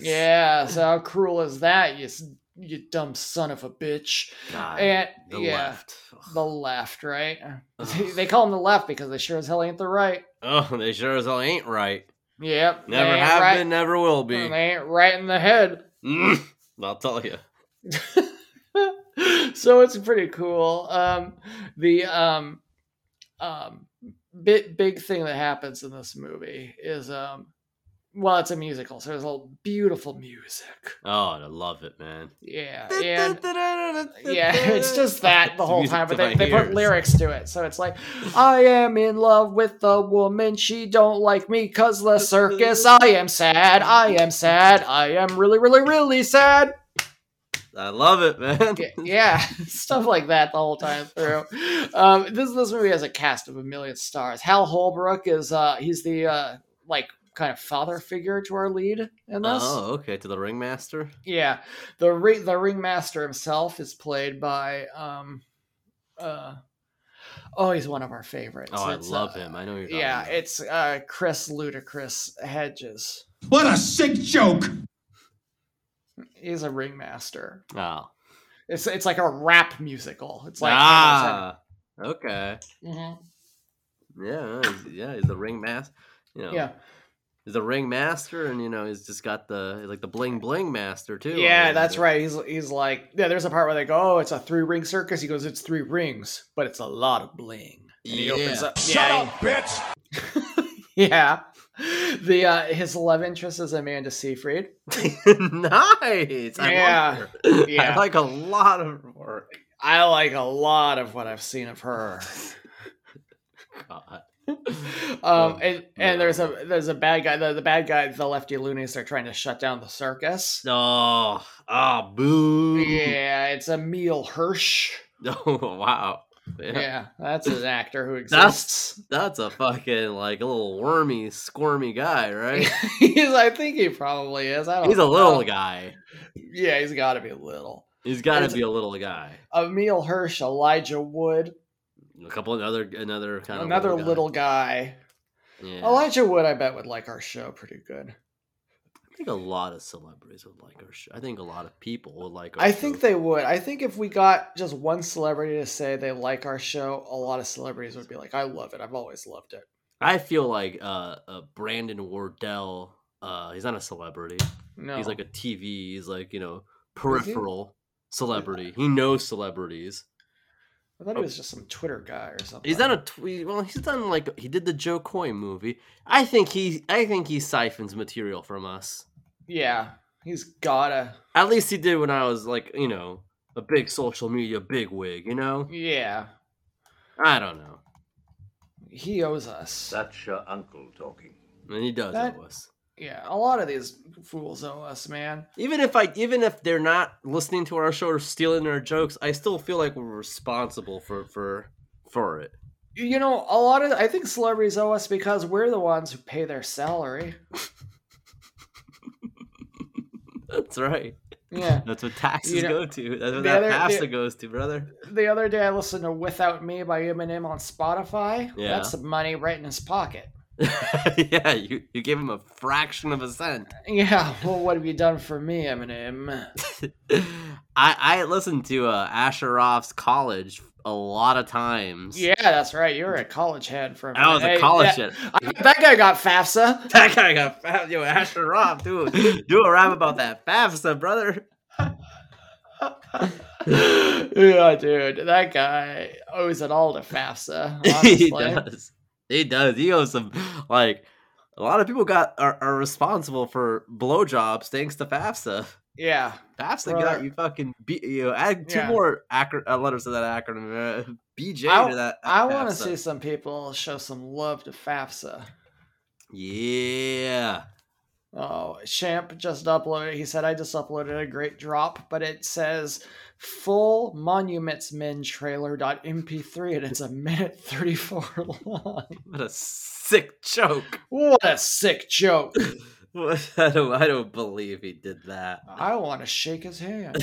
S4: Yeah, so how cruel is that? You s- you dumb son of a bitch.
S3: God,
S4: And
S3: the
S4: yeah,
S3: left.
S4: the left, right?
S3: Ugh.
S4: (laughs) they call him the left because they sure as hell ain't the right.
S3: Oh, they sure as hell ain't right.
S4: Yep. they
S3: Never
S4: ain't
S3: have
S4: right.
S3: been, never will be.
S4: They ain't right in the head. (laughs)
S3: Mm, (laughs) I'll tell you.
S4: so it's pretty cool. Um, the um, um, bit big thing that happens in this movie is um, well, it's a musical, so there's all beautiful music.
S3: Oh, I love it, man.
S4: Yeah, and yeah, (laughs) it's
S3: (laughs)
S4: just that the
S3: It's
S4: whole
S3: music
S4: time, but
S3: to
S4: they,
S3: my
S4: they put
S3: ears.
S4: lyrics to it, so it's like, I am in love with a woman, she don't like me cause the circus. I am sad, I am sad, I am really, really, really sad.
S3: I love it, man.
S4: Y-
S3: (laughs)
S4: yeah, (laughs) stuff like that the whole time through. Um, this this movie has a cast of a million stars. Hal Holbrook is uh, he's the uh, like kind of father figure to our lead in this.
S3: Oh, okay. To the ringmaster.
S4: Yeah, the ring the ringmaster himself is played by um, uh, oh, he's one of our favorites.
S3: Oh, I
S4: It's,
S3: love
S4: uh,
S3: him. I know you're. talking
S4: Yeah,
S3: about.
S4: it's uh, Chris Ludacris Hedges.
S11: What a sick joke!
S4: He's a ringmaster.
S3: Oh.
S4: It's it's like a rap musical. It's like
S3: ah. Okay.
S4: Mhm.
S3: Yeah. he's- Yeah. He's the ringmaster. You know,
S4: yeah.
S3: He's the ringmaster, and you know he's just got the like the bling bling master too.
S4: Yeah, that's right. He's he's like yeah. There's a part where they go, "Oh, it's a three ring circus." He goes, "It's three rings, but it's a lot of bling." And he opens
S3: Yeah.
S4: up. Shut yeah, up, bitch. (laughs) yeah. The uh, his love interest is Amanda Seyfried.
S3: (laughs)
S4: Yeah,
S3: nice. (laughs) I like, her.
S4: yeah.
S3: I like a lot
S4: (laughs)
S3: of work.
S4: I like a lot of what I've seen of
S3: (laughs)
S4: her.
S3: God.
S4: Um, and, and there's a there's a bad guy. The, the bad guy, the lefty loonies, are trying to shut down the circus.
S3: Oh, ah, boo.
S4: Yeah, it's Emil Hirsch.
S3: Oh, (laughs) wow.
S4: Yeah, that's an actor who exists.
S3: That's that's a fucking like a little wormy, squirmy
S4: (laughs)
S3: guy, right?
S4: he's, I think he probably is. I don't.
S3: He's a
S4: know.
S3: little guy.
S4: Yeah, he's got to be little.
S3: He's got to
S4: It's-
S3: be a little guy.
S4: Emil Hirsch, Elijah Wood,
S3: A couple another another kind of
S4: another little guy.
S3: guy. Yeah.
S4: Elijah Wood, I bet would like our show pretty good.
S3: I think a lot of celebrities would like our show. I think a lot of people would like our
S4: I
S3: show.
S4: think they would. I think if we got just one celebrity to say they like our show, a lot of celebrities would be like, "I love it. I've always loved it."
S3: I feel like uh, uh Brandon Wardell. Uh, he's not a celebrity.
S4: No,
S3: He's like a TV. He's like you know peripheral celebrity. He knows celebrities.
S4: I thought he was just some Twitter guy or something.
S3: Oh. He's done a tweet. Well, he's done like he did the Joe Coy movie. I think he, I think he siphons material from us.
S4: Yeah, he's gotta.
S3: At least he did when I was like, you know, a big social media bigwig. You know,
S4: Yeah,
S3: I don't know.
S4: He owes us.
S12: That's your uncle talking.
S3: And he does
S4: That-
S3: owe us.
S4: yeah, a lot of these fools owe us, man.
S3: Even if I, even if they're not listening to our show or stealing our jokes, I still feel like we're responsible for for for it.
S4: You know, a lot of I think celebrities owe us because we're the ones who pay their salary.
S3: That's right. (laughs)
S4: Yeah.
S3: That's what taxes
S4: You know,
S3: go to. That's
S4: the
S3: what that
S4: other-
S3: pasta
S4: the-
S3: goes to, brother. (laughs)
S4: the other day I listened to Without Me by Eminem on Spotify.
S3: Yeah.
S4: That's some money right in his pocket.
S3: yeah, you, you gave him a fraction of a cent.
S4: Yeah, (laughs) well, what have you done for me, Eminem?
S3: I I listened to uh, Asher Roff's College a lot of times.
S4: Yeah, that's right. You were a college head for a
S3: I was
S4: minute.
S3: a
S4: Hey,
S3: college
S4: that-
S3: (laughs) shit.
S4: (laughs) That guy got
S3: (laughs)
S4: FAFSA.
S3: That guy got fab. Yo, Asher Roth, dude, do a rap about that FAFSA, brother.
S4: yeah, dude, that guy owes it all to FAFSA.
S3: (laughs) (laughs) he
S4: Honestly.
S3: does. He does. He owes some like a lot of people got are, are responsible for blowjobs thanks to FAFSA.
S4: yeah,
S3: FAFSA
S4: Right.
S3: got you fufucking beat you. Add two
S4: Yeah.
S3: more acro- uh, letters to that acronym. Uh, BJ
S4: I-
S3: to that.
S4: I want to
S3: FAFSA.
S4: see some people show some love to FAFSA.
S3: Yeah.
S4: Oh, Champ just uploaded. He said, I just uploaded a great drop, but it says full monuments men trailer.mp3 and it's a minute 34 long.
S3: What a sick joke.
S4: What a sick joke.
S3: What- (laughs) I don't, I don't believe he did that. (laughs)
S4: I want to shake his hand.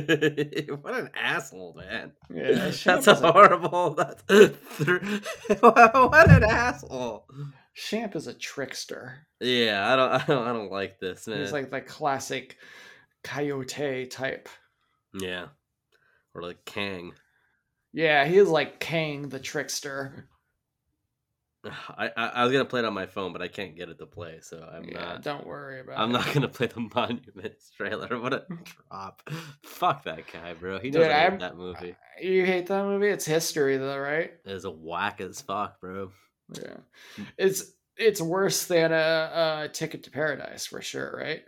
S3: what an asshole, man.
S4: Yeah, Champ,
S3: (laughs) that's
S4: is
S3: a
S4: a,
S3: horrible. (laughs) That's (laughs) what an asshole.
S4: Champ is a trickster.
S3: Yeah, I don't, I don't, I don't like this, man.
S4: He's like the classic coyote type.
S3: yeah, or like Kang. (sighs)
S4: Yeah, he is like Kang the trickster.
S3: Ugh, I, I, I was gonna play it on my phone, but I can't get it to play, so I'm
S4: yeah,
S3: not.
S4: don't worry about
S3: I'm
S4: it.
S3: not gonna (laughs) play the Monuments trailer. What a drop! Fuck that guy, bro. He
S4: Dude,
S3: knows I
S4: I'm-
S3: hate that movie.
S4: You hate that movie? It's history though, right?
S3: It is a whack as fuck, bro.
S4: Yeah,
S3: Hmm.
S4: it's it's worse than a, a Ticket to Paradise for sure, right?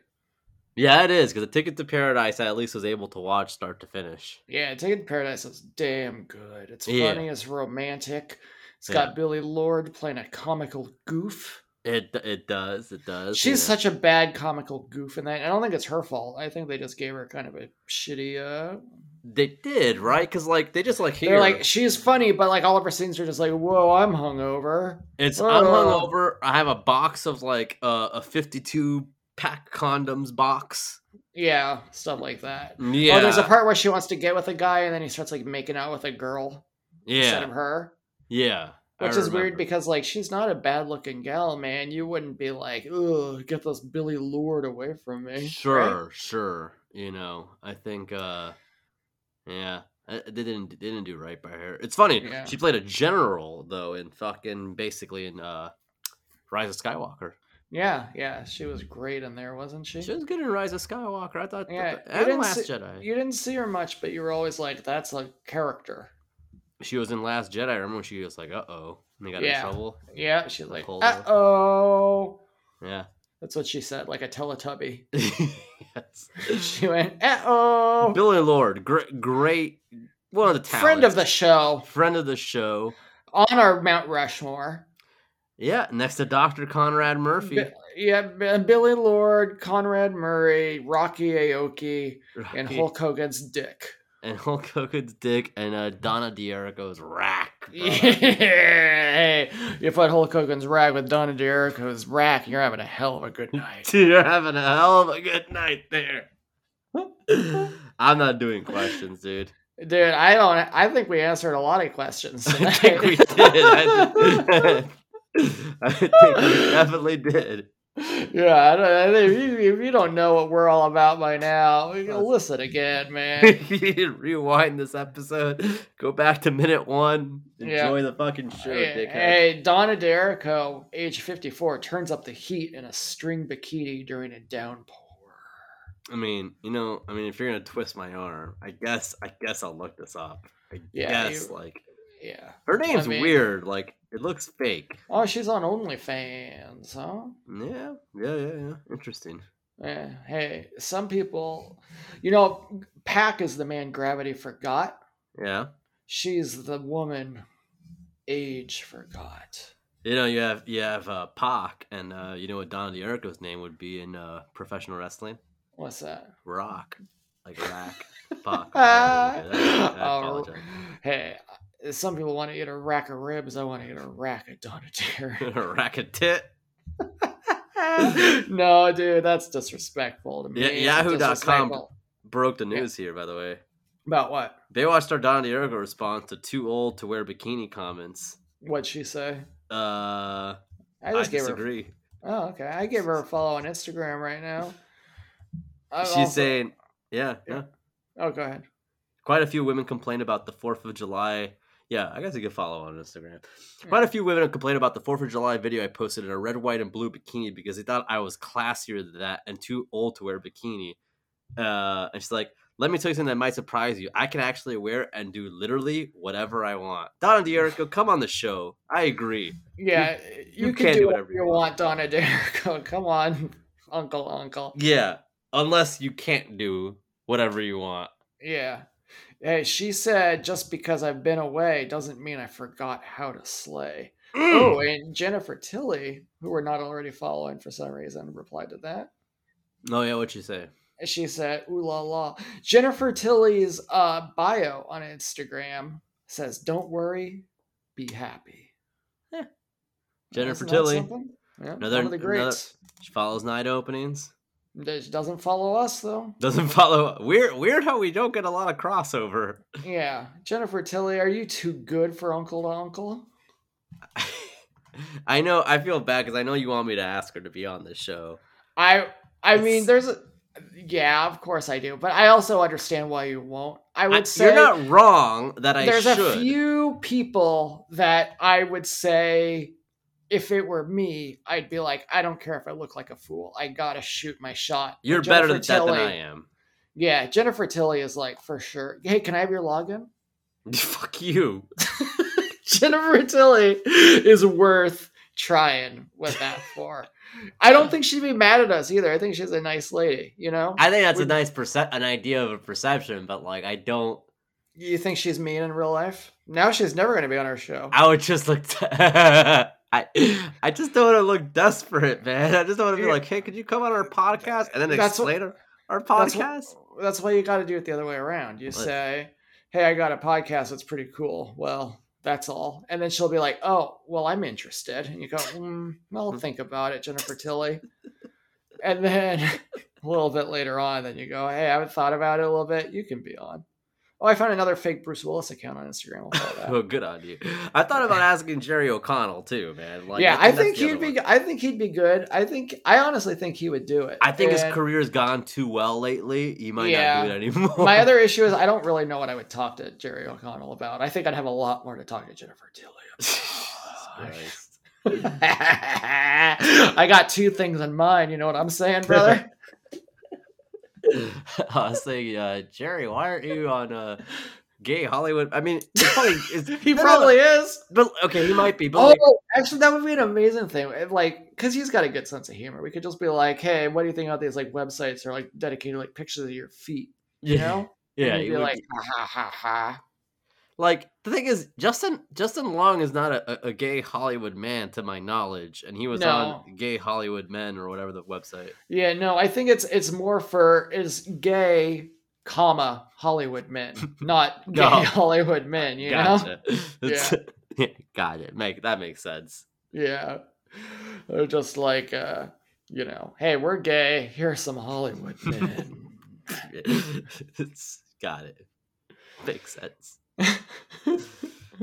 S3: Yeah, it is because the Ticket to Paradise I at least was able to watch start to finish.
S4: Yeah, Ticket to Paradise is damn good. It's
S3: Yeah.
S4: funny, it's romantic. It's
S3: Yeah.
S4: got Billy Lord playing a comical goof.
S3: It it does it does.
S4: She's
S3: yeah.
S4: such a bad comical goof in that. I don't think it's her fault. I think they just gave her kind of a shitty. uh
S3: They did right because like they just like here
S4: They're like she's funny, but like all of her scenes are just like, "Whoa, I'm hungover."
S3: It's I'm
S4: Whoa.
S3: hungover. I have a box of like uh, a 52 pack condoms box.
S4: Yeah, stuff like that.
S3: Yeah,
S4: Oh, there's a part where she wants to get with a guy, and then he starts like making out with a girl instead of
S3: yeah,
S4: her.
S3: yeah. I
S4: Which is weird
S3: remember.
S4: because like she's not a bad looking gal, man. You wouldn't be like, ugh, get this Billy Lord away from me. right?
S3: sure, sure. You know, I think uh, yeah, I- they didn't they didn't do right by her. It's funny.
S4: Yeah.
S3: She played a general though in fucking basically in uh, Rise of Skywalker.
S4: Yeah, yeah. She was great in there, wasn't she?
S3: She was good in Rise of Skywalker. I thought.
S4: Yeah, you
S3: and
S4: didn't
S3: Last
S4: see-
S3: Jedi.
S4: You didn't see her much, but you were always like, that's a character.
S3: She was in Last Jedi. I remember when she was like, "Uh oh," and they got
S4: Yeah.
S3: in trouble.
S4: Yeah, she's
S3: Like
S4: like,
S3: Holdo.
S4: uh oh.
S3: Yeah. (laughs)
S4: That's what she said, like a Teletubby.
S3: yes.
S4: (laughs) She went, uh oh.
S3: Billy Lord, great, great, one of the talents.
S4: Friend of the show
S3: friend of the show.
S4: on our Mount Rushmore.
S3: Yeah, next to Doctor Conrad Murphy.
S4: Bi- yeah, B- Billy Lord, Conrad Murray, Rocky Aoki, and
S3: Rocky-
S4: Hulk Hogan's dick.
S3: and Hulk Hogan's dick and uh, Donna D'Errico's rack. bro.
S4: Yeah, hey, Uh-huh. (laughs) you put Hulk Hogan's rag with Donna D'Errico's rack, you're having a hell of a good night.
S3: (laughs) You're having a hell of a good night
S4: (laughs)
S3: there. (laughs) I'm not doing questions, dude.
S4: Dude, I don't. I think we answered a lot of questions.
S3: (laughs) I
S4: Tonight.
S3: think we did. I, (laughs) I think we definitely did.
S4: (laughs)
S3: (laughs)
S4: yeah, I don't, I think if you, if you don't know what we're all about by now, you can listen again, man.
S3: (laughs) Rewind this episode. Go back to minute one.
S4: Yeah.
S3: Enjoy the fucking show,
S4: Hey,
S3: dickhead.
S4: hey, Donna D'Errico, age 54, turns up the heat in a string bikini during a downpour.
S3: I mean, you know, I mean, if you're gonna twist my arm, I guess, I guess I'll look this up. I
S4: Yeah,
S3: guess,
S4: you-
S3: like,
S4: Yeah.
S3: her name's
S4: mean-
S3: weird. Like, it looks fake.
S4: Oh, she's on OnlyFans, huh?
S3: Yeah, yeah, yeah, yeah. Interesting.
S4: Eh, hey, some people, you know, Pac is the man gravity forgot.
S3: Yeah.
S4: She's the woman age forgot.
S3: You know, you have you have uh, Pac, and uh, you know what Don DiErco's name would be in uh, professional wrestling?
S4: What's that?
S3: Rock, like
S4: (laughs)
S3: rack. Pac. Ah. I,
S4: Oh, (laughs)
S3: apologize.
S4: Hey, some people want to eat a rack of ribs. I want to eat a rack of donateer.
S3: (laughs) rack a tit.
S4: (laughs) no, dude, that's disrespectful to me.
S3: Yeah- Yahoo.com.
S4: Disrespectful.
S3: Broke the news here, by the way.
S4: About what?
S3: They watched our Don DiErco response to "too old to wear bikini" comments.
S4: What'd she say?
S3: Uh,
S4: I
S3: I,
S4: just gave her.
S3: disagree.
S4: Oh, okay. I gave her a follow on Instagram right now. I
S3: She's
S4: also-
S3: saying, yeah,
S4: Yeah.
S3: yeah.
S4: "Oh, go ahead."
S3: Quite a few women complain about the Fourth of July. Yeah, I guess you could follow on Instagram. Quite a few women complain about the Fourth of July video I posted in a red, white, and blue bikini because they thought I was classier than that and too old to wear bikini. Uh, and she's like, "Let me tell you something that might surprise you. I can actually wear and do literally whatever I want." Donna D'Erico, come on the show. I agree.
S4: Yeah, you, can, do, whatever you want, Donna (laughs) Derrico. Come on, Uncle, Uncle.
S3: Yeah, unless you can't do whatever you want.
S4: Yeah. Hey, she said, just because I've been away doesn't mean I forgot how to slay. Oh, and Jennifer Tilly, who we're not already following for some reason, replied to that.
S3: Oh yeah, what you say?
S4: And She said, ooh la la. Jennifer Tilly's uh, bio on Instagram says, don't worry, be happy.
S3: Jennifer
S4: Isn't that
S3: Tilly.
S4: something? Yeah,
S3: Another-
S4: one of the
S3: another-
S4: greats.
S3: She follows night openings.
S4: Does- Doesn't follow us, though.
S3: Doesn't (laughs) follow. Weird, weird how we don't get a lot of crossover. (laughs)
S4: Yeah. Jennifer Tilly, are you too good for Uncle to Uncle?
S3: I know. I feel bad because I know you want me to ask her to be on this show.
S4: I I mean,
S3: It's-
S4: there's a yeah, of course I do, but I also understand why you won't. I
S3: I-
S4: would say
S3: you're not wrong that I
S4: there's
S3: should.
S4: a few people that I would say if it were me, I'd be like, I don't care if I look like a fool. I gotta shoot my shot. But
S3: You're better
S4: Jennifer
S3: at that than
S4: Tilly-
S3: I am. (laughs)
S4: Yeah, Jennifer Tilly is like for sure. Hey, can I have your login?
S3: Fuck you.
S4: (laughs) Jennifer Tilly is worth trying with (laughs) that for. I don't think she'd be mad at us either. I think she's a nice lady, you know?
S3: I think that's a
S4: We-
S3: nice perce- an idea of a perception, but like I don't.
S4: You think she's mean in real life? Now she's never going to be on our show.
S3: I would just look. (laughs) T- I I just don't want to look desperate, man. I just don't want to be
S4: Yeah.
S3: like, hey, could you come on our podcast and then
S4: That's what-
S3: explain our, our
S4: That's
S3: podcast?
S4: wh- That's why you got to do it the other way around. You
S3: What?
S4: say, "Hey, I got a podcast. It's pretty cool." Well, that's all, and then she'll be like, "Oh, well, I'm interested." And you go, mm,
S3: Mm-hmm.
S4: "Well, think about it, Jennifer Tilly." And then (laughs) a little bit later on, then you go, "Hey, I haven't thought about it a little bit. You can be on." Oh, I found another fake Bruce Willis account on Instagram. I'll
S3: (laughs)
S4: follow that.
S3: Well, Oh, good on you. I thought about asking Jerry O'Connell too, man. Like,
S4: yeah, I
S3: that's
S4: think
S3: the other
S4: he'd be.
S3: one.
S4: I think he'd be good. I think. I honestly think he would do it.
S3: I think his
S4: And-
S3: career's gone too well lately. You might
S4: Yeah.
S3: not do it anymore.
S4: My other issue is I don't really know what I would talk to Jerry O'Connell about. I think I'd have a lot more to talk to Jennifer Tilly.
S3: (laughs) Jesus Christ. (laughs)
S4: about. (laughs) I got two things in mind. You know what I'm saying,
S3: (laughs)
S4: brother?
S3: I was saying, uh, Jerry, why aren't you on uh, Gay Hollywood? I mean, it's funny. It's,
S4: (laughs) he
S3: no, no,
S4: probably is.
S3: But okay, he might be. But
S4: Oh,
S3: like,
S4: actually, that would be an amazing thing. If, Like, because he's got a good sense of humor. We could just be like, "Hey, what do you think about these like websites that are like dedicated to, like pictures of your feet?" You know?
S3: (laughs) yeah,
S4: And
S3: he
S4: he'd be
S3: would
S4: like, "Ha ha ha ha."
S3: Like the thing is, Justin Justin Long is not a, a, a gay Hollywood man to my knowledge, and he was on Gay Hollywood Men or whatever the website.
S4: Yeah, no, I think it's it's more for is gay, comma Hollywood men,
S3: (laughs)
S4: not gay (laughs)
S3: No.
S4: Hollywood men. You know? (laughs)
S3: Gotcha. It's- (laughs) Yeah. got it. Make that makes sense. (laughs)
S4: Yeah. They're just like, uh, you know, hey, we're gay. Here's some Hollywood men.
S3: it's got it. Makes sense.
S4: (laughs)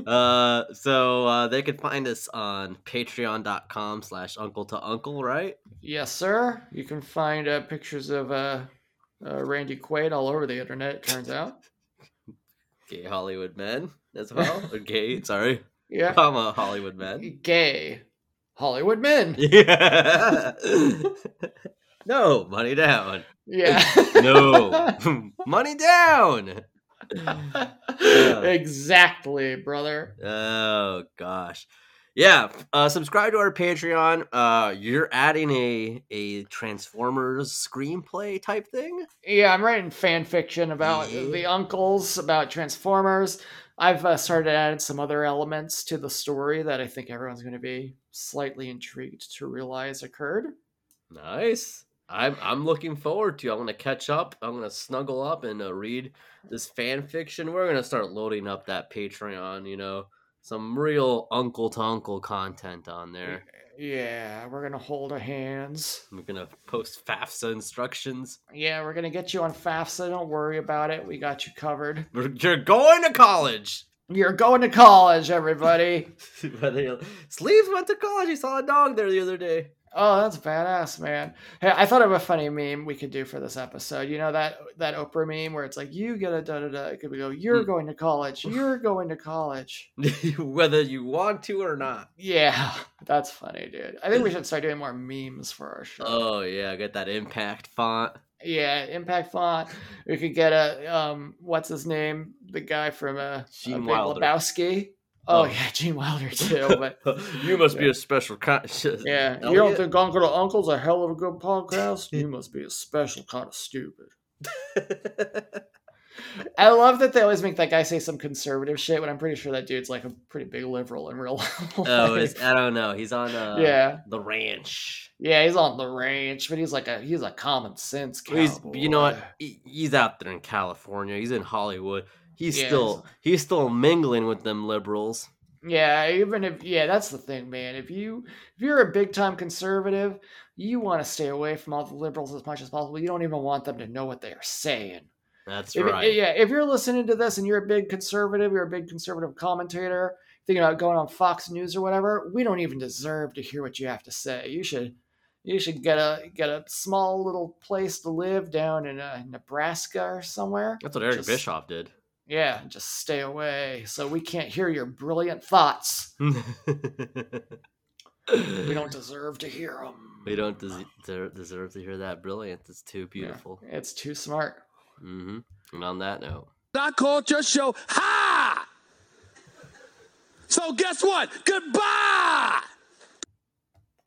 S3: uh so uh they could find us on patreon.com slash uncle to uncle right
S4: yes, sir. You can find uh, pictures of uh, uh, Randy Quaid all over the internet, it turns out.
S3: gay hollywood men
S4: (laughs)
S3: as well or gay sorry (laughs)
S4: Yeah.
S3: comma
S4: (laughs)
S3: hollywood men
S4: Gay Hollywood men.
S3: yeah (laughs) no money down
S4: Yeah. (laughs)
S3: no money down (laughs) Yeah.
S4: (laughs) exactly, brother.
S3: Oh gosh. yeah uh subscribe to our patreon uh you're adding a a transformers screenplay type thing
S4: Yeah, I'm writing fan fiction about
S3: Yeah.
S4: the uncles, about Transformers. I've uh, started adding some other elements to the story that I think everyone's going to be slightly intrigued to realize occurred.
S3: nice i'm i'm looking forward to it. i'm gonna catch up i'm gonna snuggle up and uh, read this fan fiction we're gonna start loading up that patreon you know some real uncle to uncle content on (laughs) there
S4: Yeah, we're going to hold our hands.
S3: we're gonna post fafsa instructions
S4: Yeah, we're going to get you on FAFSA. Don't worry about it. We got you covered.
S3: We're- you're going to college (laughs)
S4: You're going to college, everybody.
S3: But they- Sleeves went to college. He saw a dog there the other day.
S4: Oh, that's badass, man. Hey, I thought of a funny meme we could do for this episode. You know that that Oprah meme where it's like you get a da da da. Could we go? You're
S3: Mm.
S4: going to college. You're going to college.
S3: (laughs) Whether you want to or not.
S4: Yeah, (laughs) that's funny, dude. I think we should start doing more memes for our show.
S3: Oh yeah, get that impact (laughs) font.
S4: yeah, impact font. We could get a um, what's his name? The guy from uh,
S3: Gene
S4: uh, Big
S3: Wilder.
S4: Lebowski. Oh,
S3: Oh.
S4: yeah, (laughs) Gene Wilder too.
S3: (laughs)
S4: But
S3: you must be a special (laughs) Oh, kind.
S4: yeah, you
S3: Elliot?
S4: don't think Uncle to Uncle's a hell of a good podcast? You must be a special kind of stupid. I love that they always make that guy say some conservative shit, but I'm pretty sure that dude's like a pretty big liberal in real (laughs) life.
S3: (laughs) oh, it's, I don't know. He's on uh,
S4: (laughs) yeah,
S3: the ranch.
S4: yeah, he's on the range, but he's like a he's a common sense cowboy.
S3: He's you know what? He- he's out there in California. He's in Hollywood. He's
S4: Yeah,
S3: still he's still mingling with them liberals.
S4: Yeah, even if yeah, that's the thing, man. If you if you're a big time conservative, you want to stay away from all the liberals as much as possible. You don't even want them to know what they are saying.
S3: That's
S4: If-
S3: right.
S4: Yeah, if you're listening to this and you're a big conservative, you're a big conservative commentator, thinking about going on Fox News or whatever, we don't even deserve to hear what you have to say. You should, you should get a get a small little place to live down in uh, Nebraska or somewhere.
S3: That's what Eric
S4: just-
S3: Bischoff did.
S4: Yeah, just stay away so we can't hear your brilliant
S3: (laughs)
S4: thoughts. We don't deserve to hear them.
S3: We don't des- deser- deserve to hear that brilliant. It's too beautiful.
S4: It's too smart.
S3: hmm And on that note,
S7: I called your show. Ha! So guess what? Goodbye!